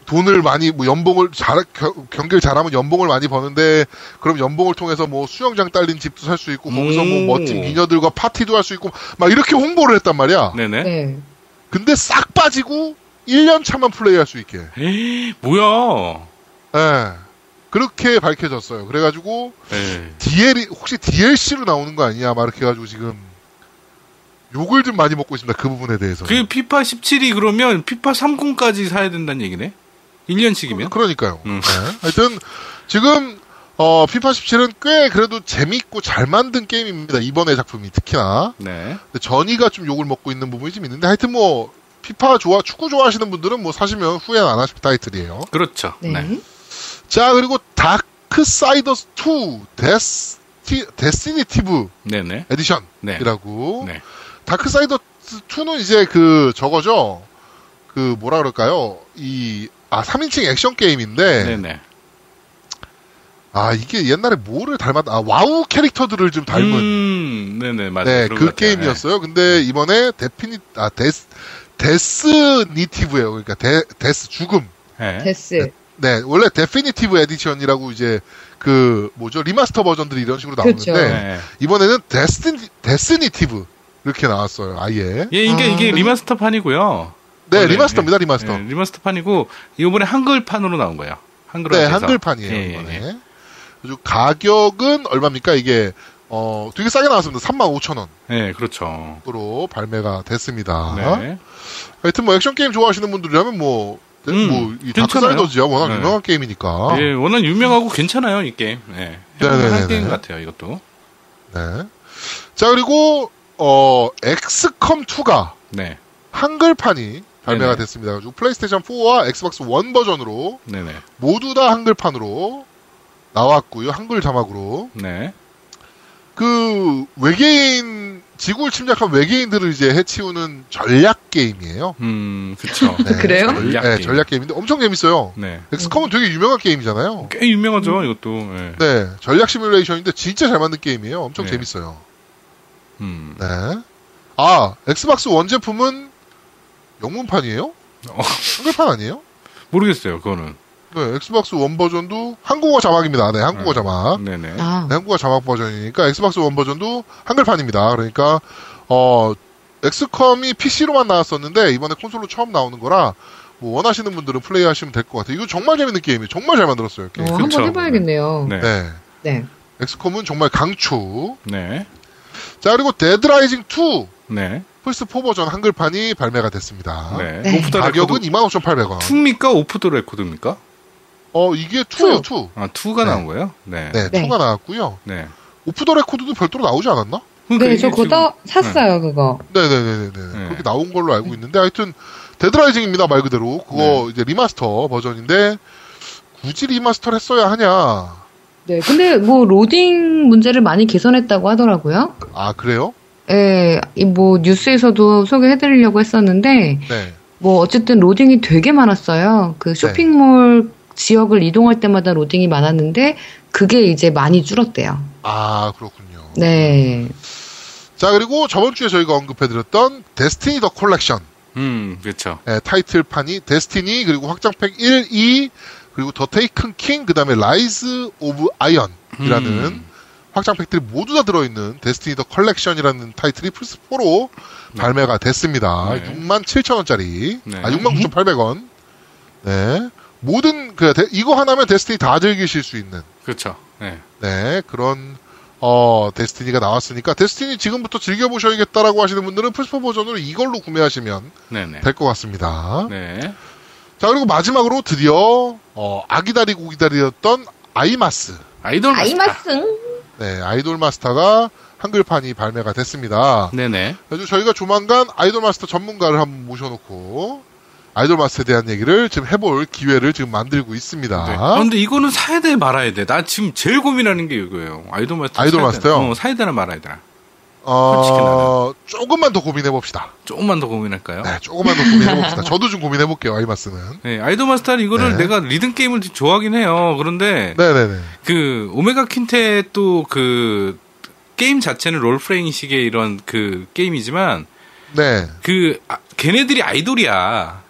돈을 많이 뭐 연봉을 잘 겨- 경기를 잘하면 연봉을 많이 버는데 그럼 연봉을 통해서 뭐 수영장 딸린 집도 살 수 있고 거기서 뭐
음.
멋진 미녀들과 파티도 할 수 있고 막 이렇게 홍보를 했단 말이야.
네네.
네.
근데 싹 빠지고 1년 차만 플레이할 수 있게.
네. 에이, 뭐야?
예. 그렇게 밝혀졌어요. 그래가지고
에이.
DL 혹시 DLC로 나오는 거 아니야? 막 이렇게 해가지고 지금 욕을 좀 많이 먹고 있습니다. 그 부분에 대해서.
그 피파 17이 그러면 피파 30까지 사야 된다는 얘기네? 1년씩이면?
그러니까요.
음.
네. 하여튼 지금 어, 피파 17은 꽤 그래도 재밌고 잘 만든 게임입니다. 이번의 작품이 특히나
네.
근데 전이가 좀 욕을 먹고 있는 부분이 좀 있는데 하여튼 뭐 피파 좋아 축구 좋아하시는 분들은 뭐 사시면 후회는 안 하실 타이틀이에요.
그렇죠.
네.
네.
자 그리고 다크 사이더스 2 데스티 데스티니티브
네네. 네.
에디션이라고
네.
다크 사이더 2는 이제 그 저거죠. 그 뭐라 그럴까요? 이 아 3인칭 액션 게임인데
네네.
아 이게 옛날에 뭐를 닮았다 아 와우 캐릭터들을 좀 닮은
음, 네네. 맞아요.
네
그런
그
것 같아요. 네.
게임이었어요. 근데 이번에 데피니 아 데스 데스니티브예요. 그러니까 데, 데스 죽음.
네. 네.
데스.
네 원래 데피니티브 에디션이라고 이제 그 뭐죠 리마스터 버전들이 이런 식으로 나오는데
그렇죠.
네.
이번에는 데스니 데스니티브 이렇게 나왔어요. 아예
예, 이게, 이게 리마스터판이고요.
네
원래,
리마스터입니다
예,
리마스터.
리마스터판이고, 이번에 한글판으로 나온 거예요. 한글로.
네,
해서.
한글판이에요,
예, 예,
이번에.
예.
그리고 가격은 얼마입니까? 이게, 어, 되게 싸게 나왔습니다. 35,000원으로
네, 그렇죠.
발매가 됐습니다.
네.
하여튼 뭐 액션 게임 좋아하시는 분들이라면 뭐,
음,
뭐, 이
괜찮아요.
다크사이더즈야. 워낙
네.
유명한 게임이니까.
예, 워낙 유명하고 괜찮아요, 이 게임. 예.
아. 네네네네.
한 게임 같아요, 이것도.
네. 자, 그리고, 어, 엑스컴2가
네.
한글판이 발매가
네네.
됐습니다. 그래서 플레이스테이션 4와 엑스박스 1 버전으로
네네.
모두 다 한글판으로 나왔고요. 한글 자막으로.
네.
그 외계인 지구를 침략한 외계인들을 이제 해치우는 전략 게임이에요.
음, 그쵸.
네,
그래요?
전-
전략
네,
게임.
전략 게임인데 엄청 재밌어요.
네.
엑스컴은 되게 유명한 게임이잖아요.
꽤 유명하죠, 이것도. 예.
음. 네, 전략 시뮬레이션인데 진짜 잘 만든 게임이에요. 엄청
네.
재밌어요.
음.
네. 아, 엑스박스 원 제품은 영문판이에요?
어.
한글판 아니에요?
모르겠어요, 그거는.
네, 엑스박스 원 버전도 한국어 자막입니다. 네, 한국어
음.
자막.
네네.
아,
네, 한국어 자막 버전이니까 엑스박스 원 버전도 한글판입니다. 그러니까 어 엑스컴이 PC로만 나왔었는데 이번에 콘솔로 처음 나오는 거라 뭐 원하시는 분들은 플레이하시면 될 것 같아요. 이거 정말 재밌는 게임이에요. 정말 잘 만들었어요.
어,
게임.
네. 그쵸.
한번 해봐야겠네요.
네.
네.
네.
엑스컴은 정말 강추.
네.
자 그리고 데드라이징 2
네.
플스4 버전 한글판이 발매가 됐습니다.
네.
네.
오프 더
가격은
레코드
25,800원.
2입니까? 오프 더 레코드입니까?
어 이게 2예요 2.
아, 2가
네.
나온 거예요? 네.
네,
네.
2가 나왔고요.
네.
오프 더 레코드도 별도로 나오지 않았나?
그러니까
네,
이게
저
지금-
그거 따- 샀어요, 그거.
네네네네. 네. 그렇게 나온 걸로 알고 있는데 하여튼 데드라이징입니다 말 그대로 그거
네.
이제 리마스터 버전인데 굳이 리마스터를 했어야 하냐?
네. 근데 뭐 로딩 문제를 많이 개선했다고 하더라고요.
아 그래요?
예, 이뭐 뉴스에서도 소개해드리려고 했었는데
네.
뭐 어쨌든 로딩이 되게 많았어요.
네.
그 쇼핑몰 지역을 이동할 때마다 로딩이 많았는데 그게 이제 많이 줄었대요.
아 그렇군요.
네.
자 그리고 저번 주에 저희가 언급해드렸던 데스티니 더 콜렉션
음, 그렇죠.
네, 타이틀판이 데스티니 그리고 확장팩 1, 2 그리고 더 테이큰 킹 그다음에 라이즈 오브 아이언이라는
음.
확장팩들이 모두 다 들어있는 데스티니 더 컬렉션이라는 타이틀이 플스4로 발매가 됐습니다.
네.
67,000원짜리.
네.
아, 69,800원. 네. 모든, 그, 데- 이거 하나면 데스티니 다 즐기실 수 있는,
그렇죠. 네.
네, 그런, 어, 데스티니가 나왔으니까, 데스티니 지금부터 즐겨보셔야겠다라고 하시는 분들은 플스4 버전으로 이걸로 구매하시면
네, 네.
될 것 같습니다.
네.
자, 그리고 마지막으로 드디어, 어, 아기다리고 기다리었던 아이마스.
아이돌 마스터.
네, 아이돌 마스터가 한글판이 발매가 됐습니다.
네, 네.
그래서 저희가 조만간 아이돌 마스터 전문가를 한번 모셔놓고 아이돌 마스터에 대한 얘기를 지금 해볼 기회를 지금 만들고 있습니다.
네. 아, 근데 이거는 사야 돼 말아야 돼. 나 지금 제일 고민하는 게 이거예요. 아이돌 마스터.
아이돌
사야
마스터요?
되나? 어, 사야 되나 말아야 되나. 솔직히
어,
말해요.
조금만 더 고민해 봅시다.
조금만 더 고민할까요?
네, 조금만 더 고민해 봅시다. 저도 좀 고민해 볼게요. 아이마스는.
네, 아이돌 마스터는 이거를
네.
내가 리듬 게임을 좋아하긴 해요. 그런데
네네네.
그 오메가 퀸테 또 그 게임 자체는 롤프레잉식의 이런 그 게임이지만
네.
그 아, 걔네들이 아이돌이야.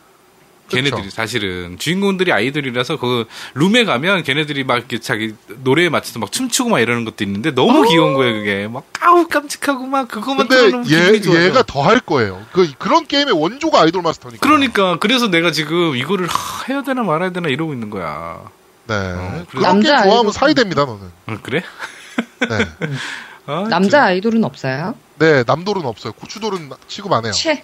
그쵸.
걔네들이 사실은 주인공들이 아이돌이라서 그 룸에 가면 걔네들이 막 이렇게 자기 노래에 맞춰서 막 춤추고 막 이러는 것도 있는데 너무 귀여운 거예요 그게 막 아우 깜찍하고 막 그것만
어. 근데
틀어놓으면 기분이 좋아요.
얘, 얘가 더 할 거예요. 그, 그런 게임의 원조가 아이돌 마스터니까.
그러니까 그래서 내가 지금 이거를 하, 해야 되나 말아야 되나 이러고 있는 거야.
네.
어,
그런
남자
게임 좋아하면
아이돌.
사이됩니다, 너는.
어, 그래?
네.
아,
남자 아이돌은 없어요?
네, 남돌은 없어요. 고추돌은 취급 안 해요.
채.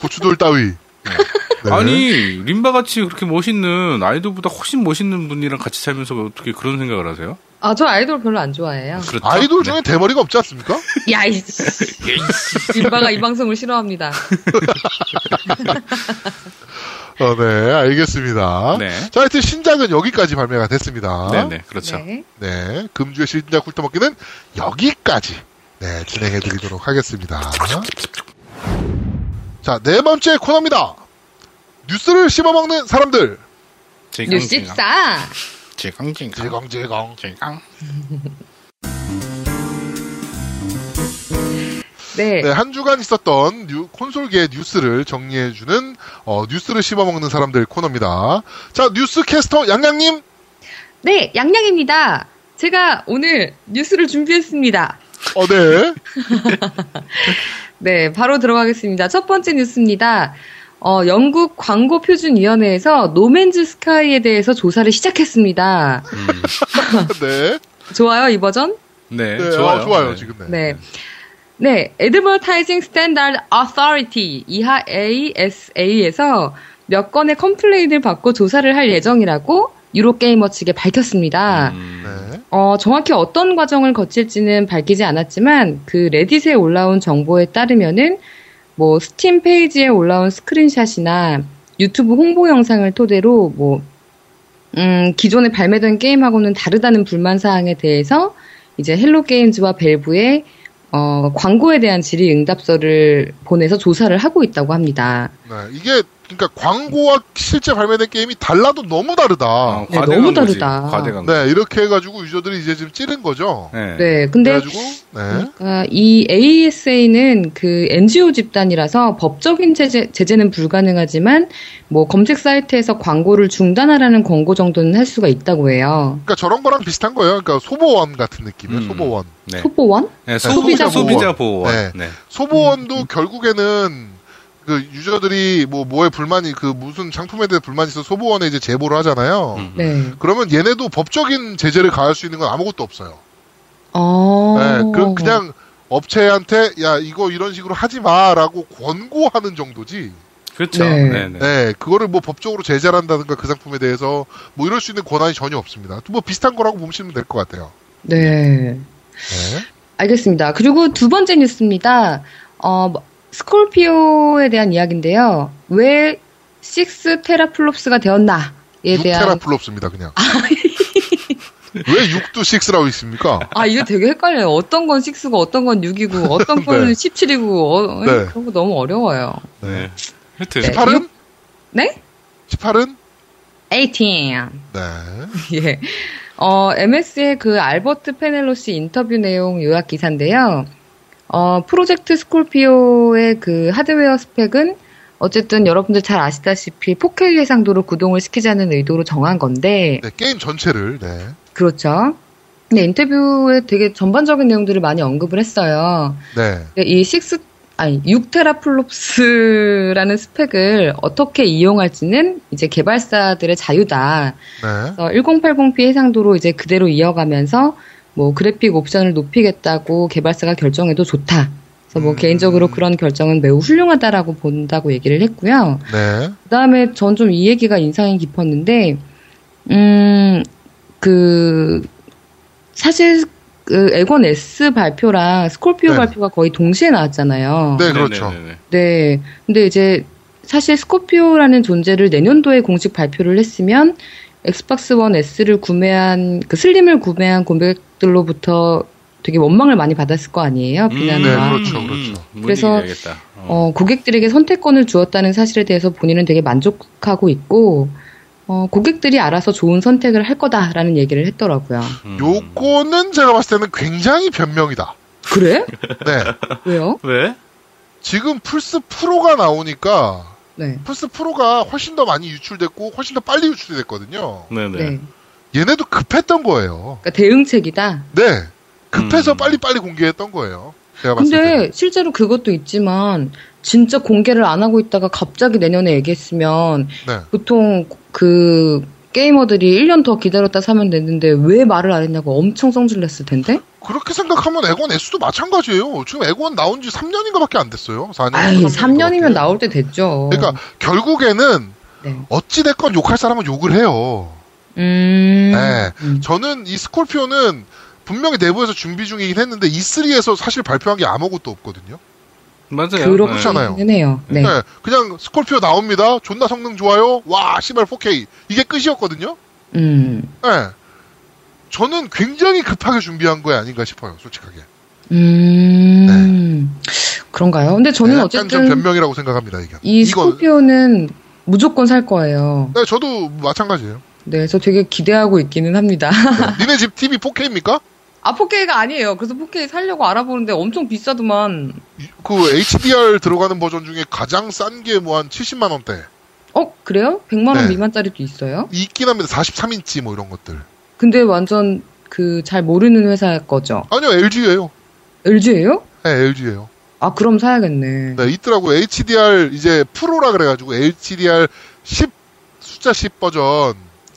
고추돌 따위. 네.
아니 림바 같이 그렇게 멋있는 아이돌보다 훨씬 멋있는 분이랑 같이 살면서 어떻게 그런 생각을 하세요?
아, 저 아이돌 별로 안 좋아해요.
그렇죠?
아이돌
네.
중에 대머리가 없지 않습니까?
야, 이씨. 일바가 이 방송을 싫어합니다.
어, 네, 알겠습니다.
네.
자, 하여튼 신작은 여기까지 발매가 됐습니다.
네, 네, 그렇죠.
네.
네, 금주의 신작 훑어먹기는 여기까지 네, 진행해드리도록 하겠습니다. 자, 네 번째 코너입니다. 뉴스를 씹어먹는 사람들.
뉴십사.
질겅질겅.
네.
네, 한 주간 있었던 뉴- 콘솔계의 뉴스를 정리해주는 어, 뉴스를 씹어먹는 사람들 코너입니다. 자, 뉴스캐스터 양양님.
네, 양양입니다. 제가 오늘 뉴스를 준비했습니다.
어, 네.
네, 바로 들어가겠습니다. 첫 번째 뉴스입니다. 어, 영국 광고표준위원회에서 노맨즈 스카이에 대해서 조사를 시작했습니다.
네.
좋아요, 이 버전?
네,
네,
좋아요.
어, 좋아요,
네.
지금. 네.
네. 네, Advertising Standard Authority, 이하 ASA에서 몇 건의 컴플레인을 받고 조사를 할 예정이라고 유로게이머 측에 밝혔습니다.
음,
네.
어, 정확히 어떤 과정을 거칠지는 밝히지 않았지만 그 레딧에 올라온 정보에 따르면은 뭐 스팀 페이지에 올라온 스크린샷이나 유튜브 홍보 영상을 토대로 뭐 음, 기존에 발매된 게임하고는 다르다는 불만 사항에 대해서 이제 헬로 게임즈와 벨브의 어, 광고에 대한 질의 응답서를 보내서 조사를 하고 있다고 합니다.
네, 이게 그러니까 광고와 실제 발매된 게임이 달라도 너무 다르다.
어,
네,
과대광
너무
거지.
다르다.
과대광.
네, 이렇게 해가지고 유저들이 이제 지금 찌른 거죠.
네.
네, 근데
그래가지고 네,
아, 이 ASA는 그 NGO 집단이라서 법적인 제재, 제재는 불가능하지만 뭐 검색 사이트에서 광고를 중단하라는 권고 정도는 할 수가 있다고 해요.
그러니까 저런 거랑 비슷한 거예요. 그러니까 소보원 같은 느낌이에요.
음.
소보원.
네.
소보원?
네, 소비자,
소비자
소비자 보호.
네.
네.
소보원도 결국에는 그 유저들이 뭐 뭐에 불만이 그 무슨 상품에 대해 불만이 있어 소보원에 이제 제보를 하잖아요.
음.
네.
그러면 얘네도 법적인 제재를 가할 수 있는 건 아무것도 없어요.
어.
네, 그, 그냥 업체한테 야 이거 이런 식으로 하지 마라고 권고하는 정도지.
그렇죠.
네.
네. 네.
네, 그거를 뭐 법적으로 제재를 한다든가 그 상품에 대해서 뭐 이럴 수 있는 권한이 전혀 없습니다. 뭐 비슷한 거라고 보시면 될 것 같아요.
네.
네.
알겠습니다. 그리고 두 번째 뉴스입니다. 어, 스콜피오에 대한 이야기인데요. 왜 6테라플롭스가 되었나에
6
예, 대한
테라플롭스입니다, 그냥. 왜 6도 6라고 있습니까?
아, 이거 되게 헷갈려요. 어떤 건 6고, 어떤 건 6이고, 어떤 거는 17이고, 어,
네.
그런 거 너무 어려워요.
네.
하여튼.
네.
18은?
네?
18은?
18.
네.
예. 어, MS의 그 알버트 페넬로시 인터뷰 내용 요약 기사인데요. 어, 프로젝트 스콜피오의 그 하드웨어 스펙은 어쨌든 여러분들 잘 아시다시피 4K 해상도로 구동을 시키자는 의도로 정한 건데,
네, 게임 전체를, 네.
그렇죠. 네, 인터뷰에 되게 전반적인 내용들을 많이 언급을 했어요.
네.
이 6, 아니, 6테라플롭스라는 스펙을 어떻게 이용할지는 이제 개발사들의 자유다.
네.
1080p 해상도로 이제 그대로 이어가면서 뭐 그래픽 옵션을 높이겠다고 개발사가 결정해도 좋다. 그래서 뭐
음.
개인적으로 그런 결정은 매우 훌륭하다라고 본다고 얘기를 했고요.
네.
그 다음에 전 좀 이 얘기가 인상이 깊었는데, 음, 그, 사실, 그, 에건 S 발표랑 스콜피오
네.
발표가 거의 동시에 나왔잖아요.
네, 그렇죠.
네, 네, 네.
네. 근데 이제, 사실 스콜피오라는 존재를 내년도에 공식 발표를 했으면, 엑스박스 원 S를 구매한, 그 슬림을 구매한 고객들로부터 되게 원망을 많이 받았을 거 아니에요?
음,
네,
비난과.
그렇죠, 그렇죠.
음,
그래서,
뭔 얘기인지 알겠다. 어.
어, 고객들에게 선택권을 주었다는 사실에 대해서 본인은 되게 만족하고 있고, 어, 고객들이 알아서 좋은 선택을 할 거다라는 얘기를 했더라고요.
음.
요거는 제가 봤을 때는 굉장히 변명이다.
그래?
네.
왜요?
왜?
지금 플스 프로가 나오니까
네.
플스 프로가 훨씬 더 많이 유출됐고 훨씬 더 빨리 유출이 됐거든요.
네네.
네.
얘네도 급했던 거예요.
그러니까 대응책이다.
네. 급해서
음.
빨리빨리 공개했던 거예요. 제가 봤을 때.
근데 실제로 그것도 있지만, 진짜 공개를 안 하고 있다가 갑자기 내년에 얘기했으면,
네.
보통 그, 게이머들이 1년 더 기다렸다 사면 되는데, 왜 말을 안 했냐고 엄청 성질 냈을
네,
텐데?
그렇게 생각하면 에곤 S도 마찬가지예요. 지금 에곤 나온 지 3년인가밖에 안 됐어요. 4년.
아이, 3년이면 나올 때 됐죠.
그러니까 결국에는
어. 네.
어찌됐건 욕할 사람은 욕을 해요.
음.
네.
음.
저는 이 스콜피오는 분명히 내부에서 준비 중이긴 했는데 E3에서 사실 발표한 게 아무것도 없거든요.
맞아요.
그렇잖아요.
그렇긴 해요. 네.
네, 그냥 스콜피오 나옵니다. 존나 성능 좋아요. 와, 씨발 4K. 이게 끝이었거든요.
음.
네. 저는 굉장히 급하게 준비한 거야 아닌가 싶어요, 솔직하게.
음. 그런가요? 근데
네,
저는
약간 좀
어쨌든
변명이라고 생각합니다, 이게.
이
이건-
스코피오는 무조건 살 거예요.
네, 저도 마찬가지예요.
네, 그래서 되게 기대하고 있기는 합니다.
네. 니네 집 TV 4K입니까?
아, 4K가 아니에요. 그래서 4K 살려고 알아보는데 엄청 비싸더만.
그 HDR 들어가는 버전 중에 가장 싼 게 뭐 한 70만 원대
어, 그래요? 100만원
네.
미만짜리도 있어요?
있긴 합니다. 43인치 뭐 이런 것들.
근데 완전 그 잘 모르는 회사 거죠?
아니요, LG예요.
LG예요?
네, LG예요.
아, 그럼 사야겠네.
네, 있더라고 요 HDR 이제 프로라 그래가지고 HDR 10 숫자 10 버전.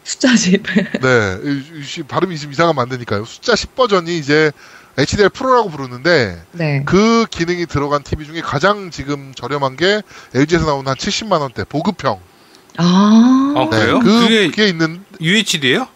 숫자 집.
네, 이- 이- 씨, 발음이 좀 이상하면 안 되니까요. 숫자 10 버전이 이제 HDR 프로라고 부르는데
네.
그 기능이 들어간 TV 중에 가장 지금 저렴한 게 LG에서 나온 한 70만 원대 보급형.
아.
아,
네,
그래요?
그,
그게-
그게 있는
UHD예요?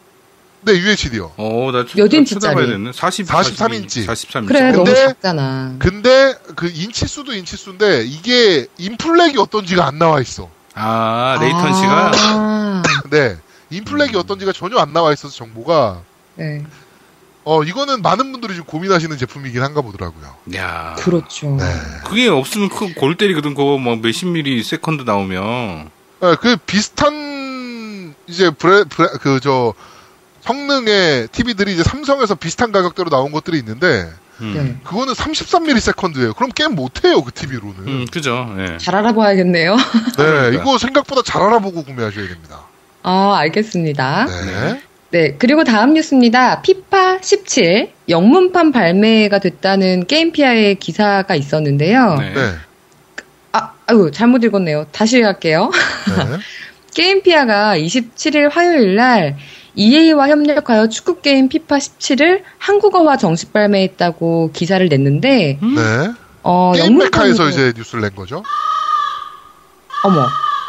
네 UHD요.
어, 나 좀-
몇
나
인치짜리?
찾아봐야 되네. 40,
43 인치.
43인치.
그래,
근데-
너무 작잖아.
근데 그 인치수도 인치수인데 이게 인플렉이 어떤지가 안 나와 있어.
아, 레이턴 씨가
아.
네,
음.
인플렉이 어떤지가 전혀 안 나와 있어서 정보가
네.
어 이거는 많은 분들이 지금 고민하시는 제품이긴 한가 보더라고요.
야.
아,
그렇죠.
네,
그게 없으면 그 골 때리거든. 그거 뭐 몇십 미리 세컨드 나오면.
예, 그 비슷한 이제 브레, 브레 그저 성능의 TV들이 이제 삼성에서 비슷한 가격대로 나온 것들이 있는데
네.
음,
그거는 33ms예요. 그럼 게임 못 해요 그 TV로는.
음, 그죠. 예.
잘 알아봐야겠네요.
네, 이거 생각보다 잘 알아보고 구매하셔야 됩니다.
아, 알겠습니다.
네.
네, 그리고 다음 뉴스입니다. 피파 17 영문판 발매가 됐다는 게임피아의 기사가 있었는데요.
네.
네.
네.
아, 아유, 잘못 읽었네요. 다시 할게요. 게임피아가 27일 화요일 날 EA와 협력하여 축구 게임 피파 17을 한국어화 정식 발매했다고 기사를 냈는데
네.
어,
게임 메카에서
영문판으로-
이제 뉴스를 낸 거죠.
어머.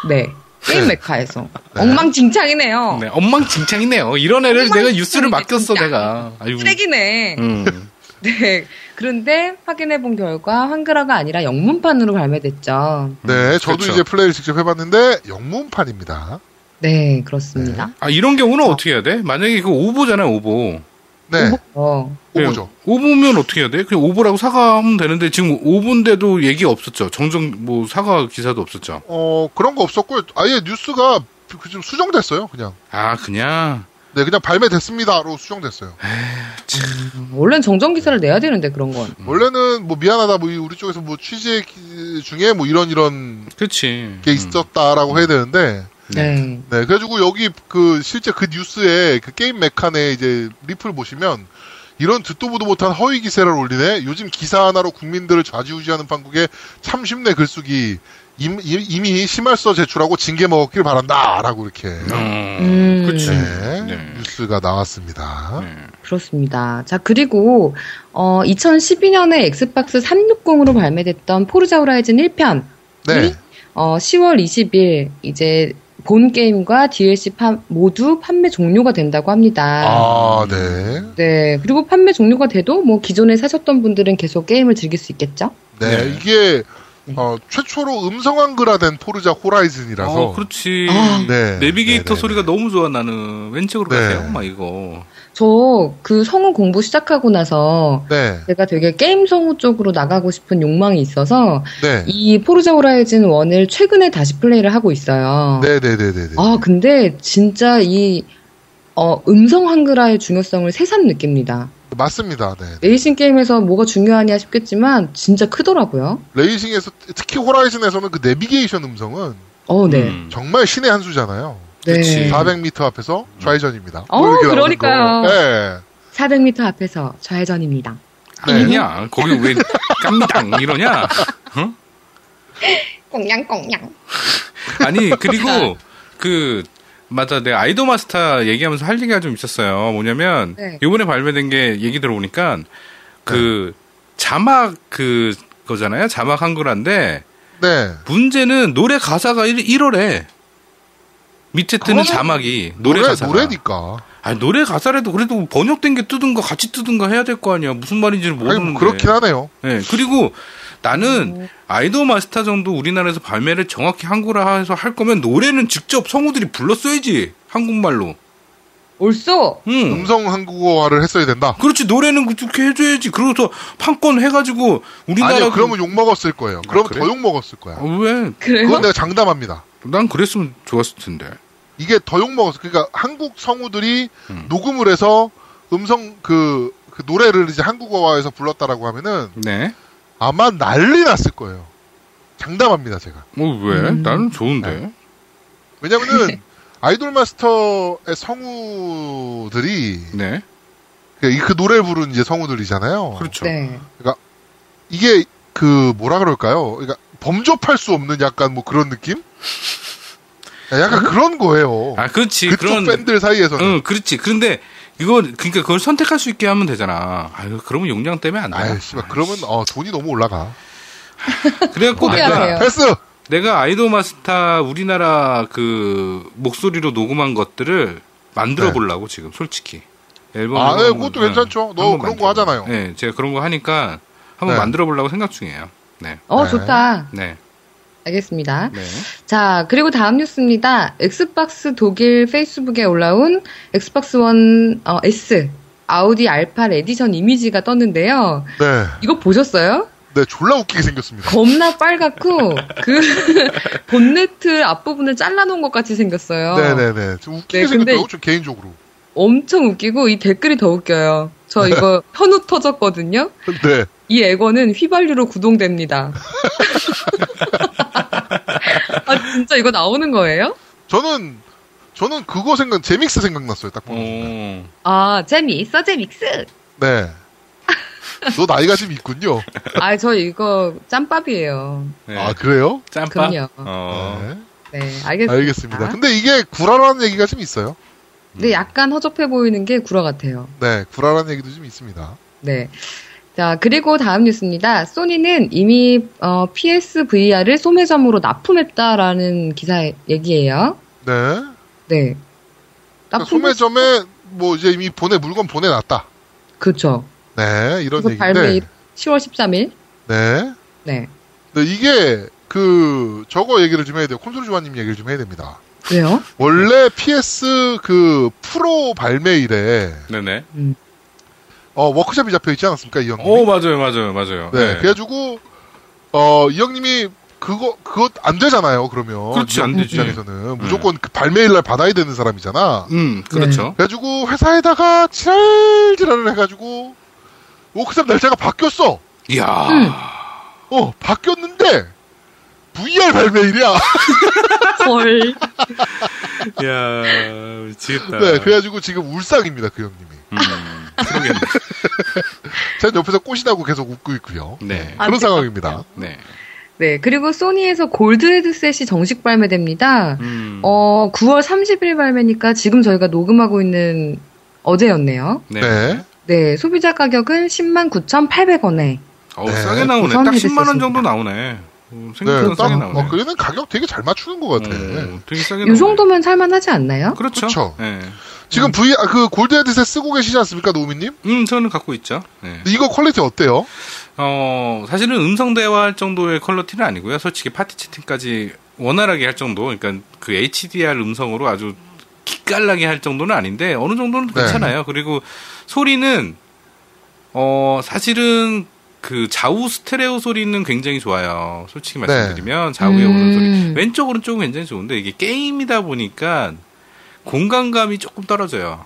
네. 게임
네.
메카에서. 엉망진창이네요.
네, 엉망진창이네요. 이런 애를
어. 엉망진창이네,
내가 뉴스를 맡겼어,
진짜.
내가. 아이고.
쓰레기네.
음.
네. 그런데 확인해 본 결과 한글화가 아니라 영문판으로 발매됐죠.
네, 저도
그렇죠.
이제 플레이를 직접 해봤는데 영문판입니다.
네, 그렇습니다.
아, 이런 경우는 어떻게 해야 돼? 만약에 그 오보잖아요, 오보.
네,
어.
오보죠.
오보면 어떻게 해야 돼? 그냥 오보라고 사과하면 되는데 지금 오보인데도 얘기 없었죠. 정정 뭐 사과 기사도 없었죠.
어 그런 거 없었고요. 아예 뉴스가 그- 좀 수정됐어요, 그냥.
아, 그냥
네, 그냥 발매됐습니다로 수정됐어요.
원래는 정정 기사를 내야 되는데 그런 건.
음.
원래는 뭐 미안하다, 뭐 이- 우리 쪽에서 뭐 취재 기- 중에 뭐 이런 이런
그렇지.
게 있었다라고 해야 되는데,
네.
네, 그래가지고 여기 그 실제 그 뉴스에 그 게임 메칸에 이제 리플 보시면 이런 듣도 보도 못한 허위 기세를 올리네. 요즘 기사 하나로 국민들을 좌지우지하는 판국에 참 쉽네 글쓰기. 임, 이- 이미 심할서 제출하고 징계 먹었길 바란다라고 이렇게
음.
어. 그렇지.
네,
네.
뉴스가 나왔습니다.
그렇습니다. 자, 그리고 어, 2012년에 엑스박스 360으로 발매됐던 포르자 호라이즌 1편
네,
이? 어, 10월 20일 이제 본 게임과 DLC 파- 모두 판매 종료가 된다고 합니다.
아, 네,
네. 그리고 판매 종료가 돼도 뭐 기존에 사셨던 분들은 계속 게임을 즐길 수 있겠죠?
네,
네.
이게 어, 최초로 음성한글화된 포르자 호라이즌이라서
어, 그렇지.
네.
내비게이터
네, 네,
소리가 너무 좋아 나는 왼쪽으로
네.
가세요 막 이거
저 그 성우 공부 시작하고 나서
네,
제가 되게 게임 성우 쪽으로 나가고 싶은 욕망이 있어서
네,
이 포르자 호라이즌 1을 최근에 다시 플레이를 하고 있어요.
네, 네, 네, 네, 네.
아, 근데 진짜 이 어, 음성 한글화의 중요성을 새삼 느낍니다.
맞습니다. 네,
레이싱 게임에서 뭐가 중요하냐 싶겠지만 진짜 크더라고요.
레이싱에서 특히 호라이즌에서는 그 내비게이션 음성은
어, 네.
음.
정말 신의 한 수잖아요.
네.
그치.
400m 앞에서 좌회전입니다.
어,
뭐 이렇게 나오는
그러니까요.
거. 예.
400m 앞에서 좌회전입니다.
네.
아니냐 거기 왜 깜당 이러냐
꽁냥꽁냥.
아니 그리고 그 맞아 내가 아이돌 마스터 얘기하면서 할 얘기가 좀 있었어요 뭐냐면
네.
이번에 발매된 게 얘기 들어보니까 그
네.
자막 그 거잖아요 자막 한글화인데
네.
문제는 노래 가사가 1, 월에 밑에 뜨는
그거는
자막이 노래,
노래
가사
노래니까.
아니 노래 가사라도 그래도 번역된 게 뜨든가 같이 뜨든가 해야 될 거 아니야 무슨 말인지를
아니,
모르는데
뭐 그렇긴 하네요.
예, 그리고 나는 아이돌 마스터 정도 우리나라에서 발매를 정확히 한국어로 해서 할 거면 노래는 직접 성우들이 불렀어야지. 한국말로.
올쏘!
응.
음성 한국어화를 했어야 된다.
그렇지, 노래는 그렇게 해줘야지. 그러고서 판권 해가지고 우리나라.
아니요, 그러면 욕 먹었을 거예요. 그러면
그래?
더 욕 먹었을 거야.
아, 왜?
그건
어, 그래요?
내가 장담합니다.
난 그랬으면 좋았을 텐데.
이게 더 욕 먹었어. 그러니까 한국 성우들이
음.
녹음을 해서 음성 그, 그 노래를 이제 한국어화해서 불렀다라고 하면은
네.
아마 난리 났을 거예요. 장담합니다, 제가.
뭐 왜?
음.
나는 좋은데.
아. 왜냐면은 아이돌 마스터의 성우들이
네.
그, 이- 그 노래를 부른 이제 성우들이잖아요.
그렇죠.
네.
이게 그 뭐라 그럴까요? 그러니까 범접할 수 없는 약간 뭐 그런 느낌? 네, 약간 그런 거예요.
음? 아, 그렇지.
그쪽
그런. 음.
팬들 사이에서는
응, 그렇지. 그런데 이거, 그러니까 그걸 선택할 수 있게 하면 되잖아. 아, 그러면 용량 때문에 안 돼.
아이 씨발 그러면 어, 돈이 너무 올라가.
그래갖고 내가
포기하세요.
패스.
내가 아이돌 마스터 우리나라 그 목소리로 녹음한 것들을 만들어
네.
보려고 지금 솔직히 앨범
아, 네, 그것도 괜찮죠. 너 그런 거 하잖아요.
네, 제가 그런 거 하니까 한번
네.
만들어 보려고 생각 중이에요. 네,
어,
네.
좋다.
네,
알겠습니다.
네.
자, 그리고 다음 뉴스입니다. 엑스박스 독일 페이스북에 올라온 엑스박스 원 어, S 아우디 알파 에디션 이미지가 떴는데요.
네.
이거 보셨어요?
네, 졸라 웃기게 생겼습니다.
겁나 빨갛고 그 본네트 앞부분을 잘라놓은 것 같이 생겼어요.
네네네. 좀 웃기게
네, 근데-
생겼다고, 좀 개인적으로.
엄청 웃기고 이 댓글이 더 웃겨요. 저 이거 현우 터졌거든요.
네.
이 에거는 휘발유로 구동됩니다. 아 진짜 이거 나오는 거예요?
저는, 저는 그거 생각, 제믹스 생각났어요, 딱 보면.
오.
아 재미있어 재믹스.
네. 너 나이가 좀 있군요.
아 저 이거 짬밥이에요.
네.
아, 그래요?
짬밥?
그럼요.
어.
네.
네 알겠습니다.
알겠습니다. 근데 이게 구라라는 얘기가 좀 있어요.
근데 약간 허접해 보이는 게 구라 같아요.
네, 구라라는 얘기도 좀 있습니다.
네. 자, 그리고 다음 뉴스입니다. 소니는 이미 어, PSVR을 소매점으로 납품했다라는 기사 얘기예요.
네.
네.
그러니까
납품
소매점에 뭐 이제 이미 보내, 물건 보내놨다.
그렇죠.
네, 이런
그래서 발매
얘기인데.
10월 13일.
네.
네.
네, 이게 그 저거 얘기를 좀 해야 돼요. 콘솔 조아님 얘기를 좀 해야 됩니다.
왜요?
네.
원래 PS 그 프로 발매일에
네네.
어, 워크숍이 잡혀 있지 않았습니까 이 형님?
오, 맞아요, 맞아요, 맞아요.
음. 네,
네.
그래가지고 어, 이 형님이 그거 그거 안 되잖아요. 그러면
그렇지,
이
안
형님
되지. 네.
입장에서는 무조건 그 발매일날 받아야 되는 사람이잖아.
음, 그렇죠.
그래가지고 회사에다가 지랄지랄을 해가지고 워크숍 날짜가 바뀌었어.
네.
이야.
음.
어, 바뀌었는데 VR 발매일이야.
헐.
이야, 미치겠다.
네, 그래가지고 지금 울상입니다 그 형님이.
음, 그러겠네.
전 옆에서 꽃이라고 계속 웃고 있고요.
네.
그런
아,
상황입니다.
네.
네. 그리고 소니에서 골드 헤드셋이 정식 발매됩니다.
음.
어, 9월 30일 발매니까 지금 저희가 녹음하고 있는 어제였네요.
네.
네.
네. 소비자 가격은 10만 9,800원에.
어우,
네.
싸게 나오네. 딱 10만
우선
원
해드렸습니다.
정도 나오네. 음, 생각보다
네, 딱,
싸게 나오네.
어, 그리는 가격 되게 잘 맞추는 것 같아.
어, 되게 싸게
이
나오네.
정도면 살만하지 않나요?
그렇죠.
그쵸.
네.
지금 V, 아, 그 골드 헤드셋 쓰고 계시지 않습니까, 노우미님?
음, 저는 갖고 있죠. 네.
근데 이거 퀄리티 어때요?
어, 사실은 음성 대화할 정도의 퀄러티는 아니고요. 솔직히 파티 채팅까지 원활하게 할 정도, 그러니까 그 HDR 음성으로 아주 기깔나게 할 정도는 아닌데 어느 정도는
네.
괜찮아요. 그리고 소리는 어, 사실은 그 좌우 스테레오 소리는 굉장히 좋아요. 솔직히
네.
말씀드리면 좌우에
음.
오는 소리, 왼쪽 오른쪽은 굉장히 좋은데 이게 게임이다 보니까 공간감이 조금 떨어져요.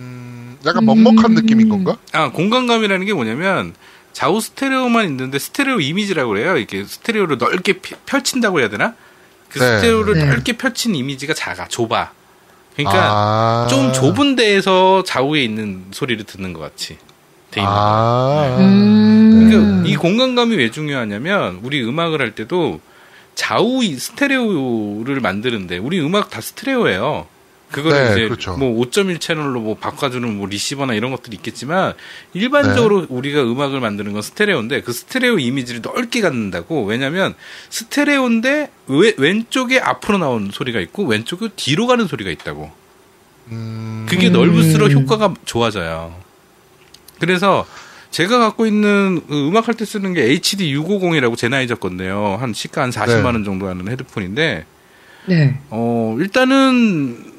음, 약간 먹먹한
음.
느낌인 건가?
아 공간감이라는 게 뭐냐면 좌우 스테레오만 있는데 스테레오 이미지라고 그래요. 이렇게 스테레오를 넓게 피- 펼친다고 해야 되나? 그
네.
스테레오를
네.
넓게 펼친 이미지가 작아, 좁아. 그러니까
아.
좀 좁은 데에서 좌우에 있는 소리를 듣는 것 같이 돼 있는. 거예요.
아.
음.
그러니까 이 공간감이 왜 중요하냐면 우리 음악을 할 때도 좌우 이 스테레오를 만드는데 우리 음악 다 스테레오예요. 그걸
네,
이제
그렇죠.
뭐 5.1 채널로 뭐 바꿔주는 뭐 리시버나 이런 것들이 있겠지만 일반적으로
네.
우리가 음악을 만드는 건 스테레오인데 그 스테레오 이미지를 넓게 갖는다고 왜냐하면 스테레오인데 왜- 왼쪽에 앞으로 나오는 소리가 있고 왼쪽에 뒤로 가는 소리가 있다고
음.
그게
음.
넓을수록 효과가 좋아져요. 그래서 제가 갖고 있는 그 음악 할 때 쓰는 게 HD 650이라고 제나이저 건데요. 한 시가 한 40만
네.
원 정도 하는 헤드폰인데
네.
어 일단은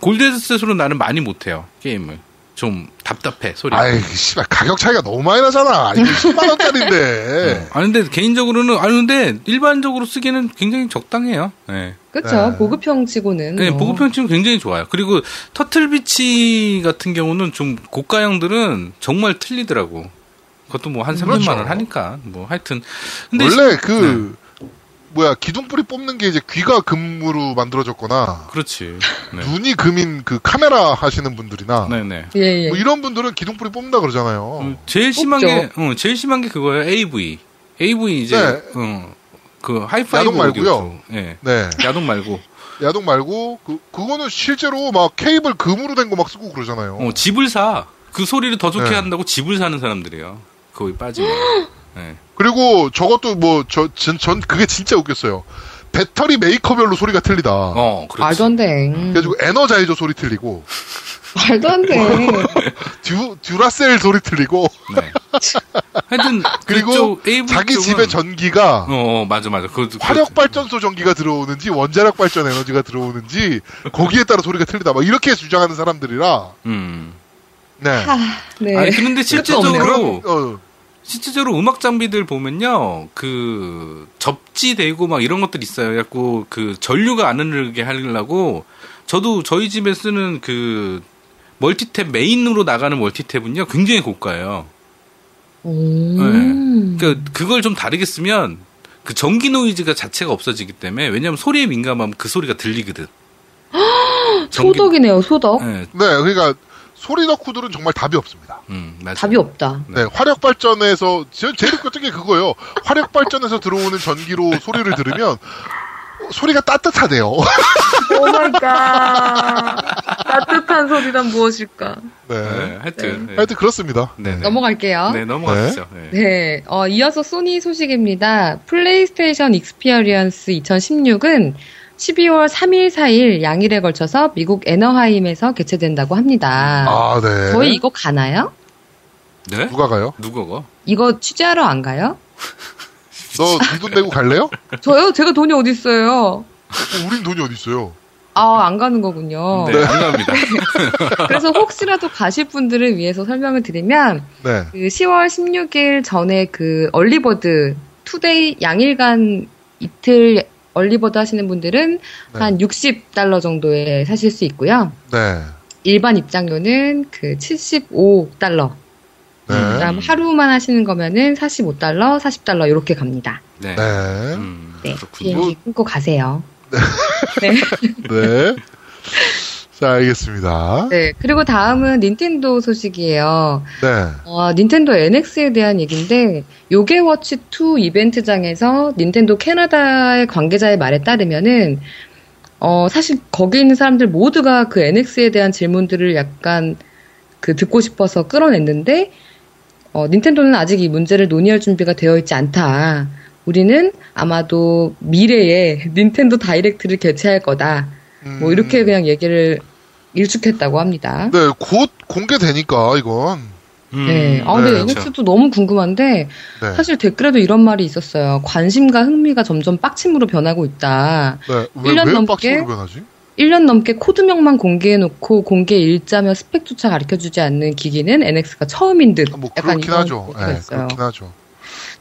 골드헤드셋으로 나는 많이 못 해요. 게임을. 좀 답답해. 소리. 가
아이, 예. 씨발, 가격 차이가 너무 많이 나잖아. 이게 10만원짜리인데.
아 근데 개인적으로는 아 근데 일반적으로 쓰기는 굉장히 적당해요. 네.
그쵸.
네.
보급형 치고는.
네,
뭐.
보급형 지금 굉장히 좋아요. 그리고 터틀비치 같은 경우는 좀 고가형들은 정말 틀리더라고. 그것도 뭐 한 300만 원
그렇죠.
하니까 뭐 하여튼 근데 시- 네.
원래 그, 뭐야, 기둥뿌리 뽑는 게 이제 귀가 금으로 만들어졌거나,
그렇지. 네.
눈이 금인 그 카메라 하시는 분들이나,
네, 네.
예, 예.
뭐 이런 분들은 기둥뿌리 뽑는다 그러잖아요.
어, 제일 심한
없죠.
게 어, 제일 심한 게 그거예요. AV. AV 이제
네.
어, 그 하이파이브
야동 말고요.
오디오. 예.
네.
야동 말고
야동 말고 그 그거는 실제로 막 케이블 금으로 된 거 막 쓰고 그러잖아요.
어, 집을 사. 그 소리를 더 좋게
네. 아.
한다고 집을 사는 사람들이에요. 거기 빠지면. 네.
그리고 저것도 뭐 저 전 그게 진짜 웃겼어요. 배터리 메이커별로 소리가 틀리다.
어,
말도
그렇지.
안 돼.
그래가지고 에너자이저 소리 틀리고
말도 안 돼.
음.
듀 듀라셀 소리 틀리고
네. 하여튼
그리고
그쪽 AV
자기
쪽은-
집에 전기가
어, 어, 맞아, 맞아. 그, 그,
화력 발전소 전기가 들어오는지 원자력 발전 에너지가 들어오는지 거기에 따라 소리가 틀리다 막 이렇게 주장하는 사람들이라
음.
네
네.
아니, 그런데
끝도 없네.
실제적으로,
어,
실제적으로 음악 장비들 보면요, 그 접지되고 막 이런 것들 있어요. 약고 그 전류가 안 흐르게 하려고 저도 저희 집에 쓰는 그 멀티탭 메인으로 나가는 멀티탭은요, 굉장히 고가예요.
음.
그러니까 그걸 좀 다르게 쓰면 그 전기 노이즈가 자체가 없어지기 때문에 왜냐하면 소리에 민감하면 그 소리가 들리거든. 그 전기-
소덕이네요, 소덕.
네,
네, 그러니까 소리 덕후들은 정말 답이 없습니다.
음, 맞아요.
답이 없다.
네, 화력 발전에서 제- 제일 웃겼던 게 그거예요. 화력 발전에서 들어오는 전기로 소리를 들으면 어, 소리가 따뜻하대요.
오 마이 갓. 따뜻한 소리란 무엇일까?
네.
네, 하여튼. 네.
하여튼 그렇습니다.
네, 네.
넘어갈게요.
네, 넘어가시죠. 네.
네, 어, 이어서 소니 소식입니다. 플레이스테이션 익스피리언스 2016은 12월 3일, 4일 양일에 걸쳐서 미국 애너하임에서 개최된다고 합니다.
아, 네.
저희 이거 가나요?
네?
누가 가요?
누구가?
이거 취재하러 안 가요?
너 돈 내고 갈래요?
저요? 제가 돈이 어딨어요?
어, 우린 돈이 어디 있어요?
아, 안 가는 거군요.
네, 감사합니다.
그래서 혹시라도 가실 분들을 위해서 설명을 드리면
네.
그 10월 16일 전에 그 얼리버드 투데이 양일간 이틀 얼리버드 하시는 분들은
네.
한 60달러 정도에 사실 수 있고요.
네.
일반 입장료는 그 75달러.
네.
그다음 하루만 하시는 거면은 45달러, 40달러 이렇게 갑니다.
네.
네.
음,
네.
그렇군요.
비행기 끊고 가세요. 네.
네. 자, 알겠습니다.
네. 그리고 다음은 닌텐도 소식이에요.
네.
어, 닌텐도 NX에 대한 얘기인데 요게워치 2 이벤트장에서 닌텐도 캐나다의 관계자의 말에 따르면은 어, 사실 거기 있는 사람들 모두가 그 NX에 대한 질문들을 약간 그 듣고 싶어서 끌어냈는데 어, 닌텐도는 아직 이 문제를 논의할 준비가 되어 있지 않다. 우리는 아마도 미래에 닌텐도 다이렉트를 개최할 거다. 뭐
음,
이렇게 그냥 얘기를 일축했다고 합니다.
네, 곧 공개되니까, 이건.
음,
네. 아, 근데
네,
NX도 너무 궁금한데
네.
사실 댓글에도 이런 말이 있었어요. 관심과 흥미가 점점 빡침으로 변하고 있다.
네. 왜,
일년
왜
넘게-
빡치로 변하지?
1년 넘게 코드명만 공개해놓고 공개 일자며 스펙조차 가르쳐주지 않는 기기는 NX가 처음인 듯.
뭐,
약간
그렇긴
이런
하죠.
얘기가
네,
있어요.
그렇긴 하죠.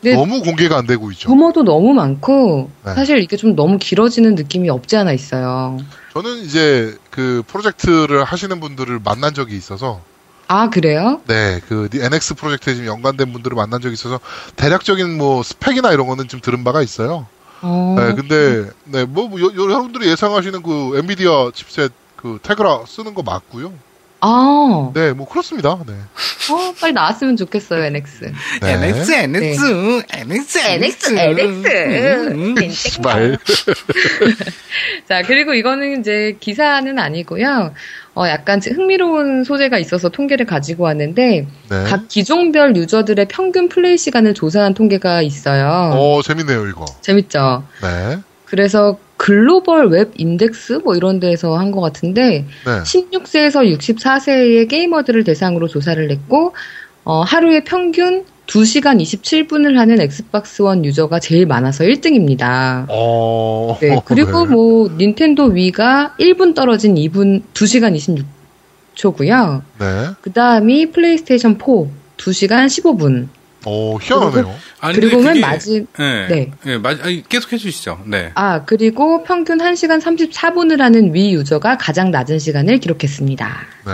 근데-
너무 공개가 안 되고 있죠.
루머도 너무 많고
네.
사실 이게 좀 너무 길어지는 느낌이 없지 않아 있어요.
저는 이제 그 프로젝트를 하시는 분들을 만난 적이 있어서
아 그래요?
네, 그 NX 프로젝트에 지금 연관된 분들을 만난 적이 있어서 대략적인 뭐 스펙이나 이런 거는 좀 들은 바가 있어요.
어,
네, 근데 네, 뭐, 뭐 여- 여러분들이 예상하시는 그 엔비디아 칩셋 그 테그라 쓰는 거 맞고요.
아, 어,
네, 뭐 그렇습니다. 네.
빨리 나왔으면 좋겠어요 네. NX.
네.
NX, NX,
NX, NX.
말.
자, 그리고 이거는 이제 기사는 아니고요. 어, 약간 흥미로운 소재가 있어서 통계를 가지고 왔는데,
네.
각 기종별 유저들의 평균 플레이 시간을 조사한 통계가 있어요.
어, 재밌네요, 이거.
재밌죠?
네.
그래서 글로벌 웹 인덱스 뭐 이런 데에서 한 것 같은데,
네.
16세에서 64세의 게이머들을 대상으로 조사를 했고, 어, 하루에 평균 2시간 27분을 하는 엑스박스 원 유저가 제일 많아서 1등입니다.
어.
네, 그리고
네.
뭐 닌텐도 위가 1분 떨어진 2분 2시간 26초고요.
네.
그다음이 플레이스테이션 4 2시간 15분.
어, 희한하네요.
그리고 맨 마지
네.
네.
네. 마, 아니, 계속 해주시죠. 네.
아, 그리고 평균 1시간 34분을 하는 위 유저가 가장 낮은 시간을 기록했습니다.
네.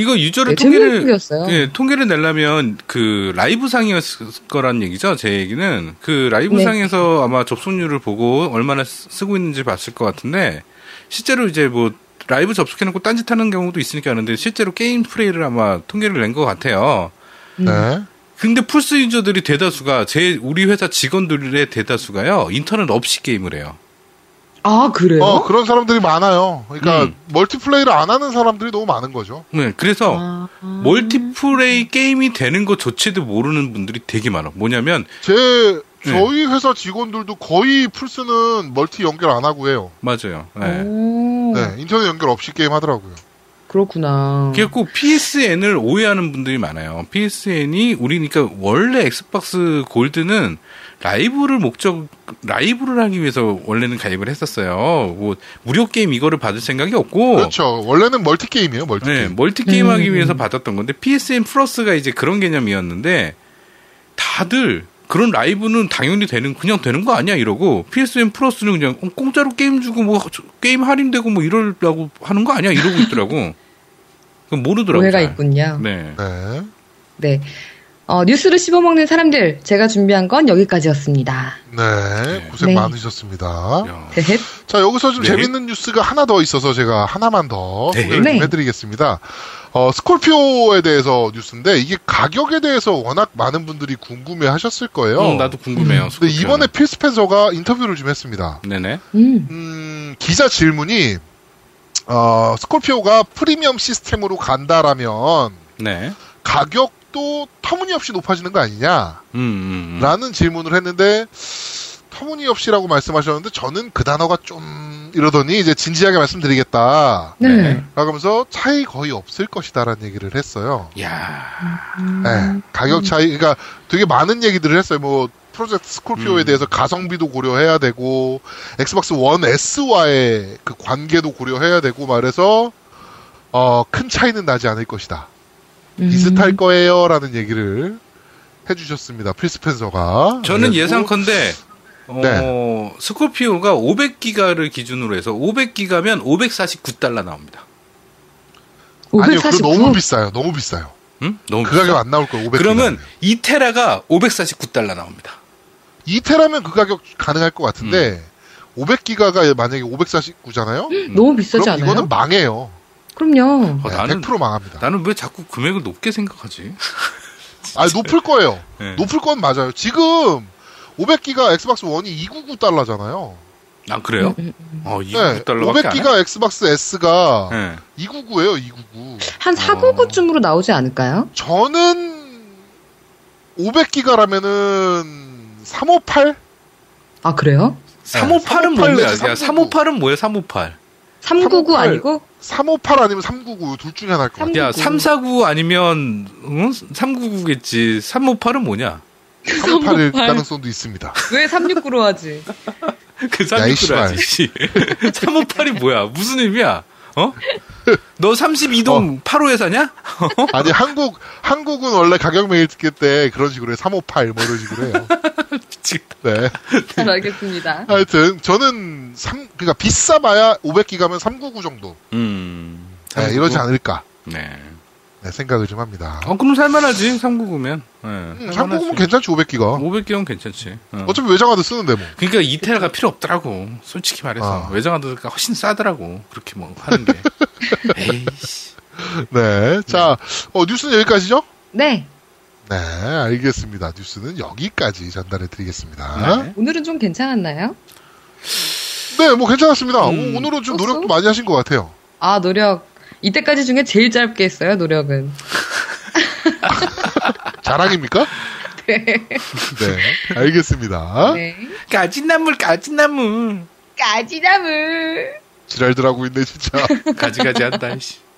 이거 유저를
네, 재밌는
통계를
소개였어요.
예, 통계를 내려면 그 라이브상이었을 거란 얘기죠. 제 얘기는 그
네.
라이브상에서 아마 접속률을 보고 얼마나 쓰- 쓰고 있는지 봤을 것 같은데 실제로 이제 뭐 라이브 접속해놓고 딴짓하는 경우도 있으니까 하는데 실제로 게임 플레이를 아마 통계를 낸 것 같아요.
음.
네.
근데 플스 유저들이 대다수가 제 우리 회사 직원들의 대다수가요 인터넷 없이 게임을 해요.
아, 그래요?
어, 그런 사람들이 많아요. 그러니까
음.
멀티플레이를 안 하는 사람들이 너무 많은 거죠.
네, 그래서
아, 아.
멀티플레이 게임이 되는 것조차도 모르는 분들이 되게 많아. 뭐냐면
제
네.
저희 회사 직원들도 거의 플스는 멀티 연결 안 하고 해요.
맞아요. 네.
오,
네, 인터넷 연결 없이 게임 하더라고요.
그렇구나.
그래갖고 PSN을 오해하는 분들이 많아요. PSN이 우리니까 원래 엑스박스 골드는 라이브를 목적 라이브를 하기 위해서 원래는 가입을 했었어요. 뭐 무료 게임 이거를 받을 생각이 없고
그렇죠. 원래는 멀티 게임이에요, 멀티
네,
게임.
멀티 게임하기
음.
위해서 받았던 건데 PSN 플러스가 이제 그런 개념이었는데 다 다들 그런 라이브는 당연히 되는 그냥 되는 거 아니야 이러고 PSN 플러스는 그냥 어, 공짜로 게임 주고 뭐 저- 게임 할인되고 뭐 이러려고 하는 거 아니야 이러고 있더라고. 그건 모르더라고.
오해가
잘.
있군요.
네.
네.
네. 어, 뉴스를 씹어먹는 사람들, 제가 준비한 건 여기까지였습니다.
네. 고생
네.
많으셨습니다.
야,
네.
자, 여기서 좀
네.
재밌는 뉴스가 하나 더 있어서 제가 하나만 더
네.
소개를 좀
네.
해드리겠습니다. 어, 스콜피오에 대해서 뉴스인데 이게 가격에 대해서 워낙 많은 분들이 궁금해 하셨을 거예요.
어, 나도 궁금해요.
근데
스코피오는.
이번에 필 스펜서가 인터뷰를 좀 했습니다.
네네.
음.
음, 기자 질문이 어, 스콜피오가 프리미엄 시스템으로 간다라면
네.
가격도 터무니없이 높아지는 거 아니냐?
음, 음, 음.
라는 질문을 했는데 터무니없이라고 말씀하셨는데 저는 그 단어가 좀 이러더니 이제 진지하게 말씀드리겠다.
네.
네.
라면서 차이 거의 없을 것이다라는 얘기를 했어요.
야.
음.
네, 가격 차이, 그러니까 되게 많은 얘기들을 했어요. 뭐 프로젝트 스콜피오에
음.
대해서 가성비도 고려해야 되고 엑스박스 원 S와의 그 관계도 고려해야 되고 말해서 어, 큰 차이는 나지 않을 것이다.
음.
비슷할 거예요라는 얘기를 해주셨습니다. 필스펜서가 네.
저는
그래서
예상컨대 어,
네.
스코피오가 500기가를 기준으로 해서 500기가면 549달러 나옵니다.
아니요, 그거
549.
너무 비싸요. 너무 비싸요.
음? 너무
그 가격
비싸.
안 나올 거예요. 500.
그러면 2테라가 549달러 나옵니다.
2테라면 그 가격 가능할 것
음.
같은데 500기가가 만약에 549잖아요.
너무 비싸지
그럼
않아요?
이거는 망해요.
그럼요.
어,
네,
나는
100% 망합니다.
나는 왜 자꾸 금액을 높게 생각하지?
아 높을 거예요.
네.
높을 건 맞아요. 지금 500기가 엑스박스 원이 299 달러잖아요.
아 그래요?
음,
어,
네,
2달러밖에 안 해?
500기가 엑스박스 S가
네.
299예요. 299.
한 499쯤으로 나오지 않을까요?
저는 500기가라면은 358?
아, 그래요?
358은 뭔데?
내지,
야, 358은 뭐예요? 358.
399
398.
아니고?
358 아니면 399 둘 중에 하나일 것 같아요.
야,
399.
349 아니면 응? 399겠지. 358은 뭐냐?
358일 가능성도 있습니다.
왜 369로 하지?
그
이 씨발.
369라지. 358이 뭐야? 무슨 의미야? 어? 너
어.
32동 8호에 사냐?
아니 한국 한국은 원래 가격 매일 듣기 때 그런 식으로 해요. 358 뭐 이런 식으로 해요.
미치겠다.
네.
잘 알겠습니다.
하여튼 저는 3 그러니까 비싸봐야 500기가면 399 정도.
음.
네, 이러지 않을까
네.
네, 생각을 좀 합니다.
어, 그럼 살만하지. 399면. 네.
음, 399면 괜찮지 500기가.
500개면 괜찮지. 어.
어차피 외장하드 쓰는데 뭐.
그러니까 이테라가 필요 없더라고. 솔직히 말해서
아.
외장하드가 훨씬 싸더라고. 그렇게 뭐 하는 게. 에이씨.
네. 자, 어, 뉴스는 여기까지죠?
네.
네, 알겠습니다. 뉴스는 여기까지 전달해 드리겠습니다. 네.
네.
오늘은 좀 괜찮았나요?
뭐 괜찮았습니다.
음.
오, 늘은좀
쏘쏘?
노력도 많이 하신 것 같아요.
아, 노력. 이때까지 중에 제일 짧게 했어요, 노력은.
자랑입니까?
네.
네, 알겠습니다.
네.
가지나물 가지나물.
까지나물.
지랄들 하고 있네, 진짜.
가지가지 한다. 이씨.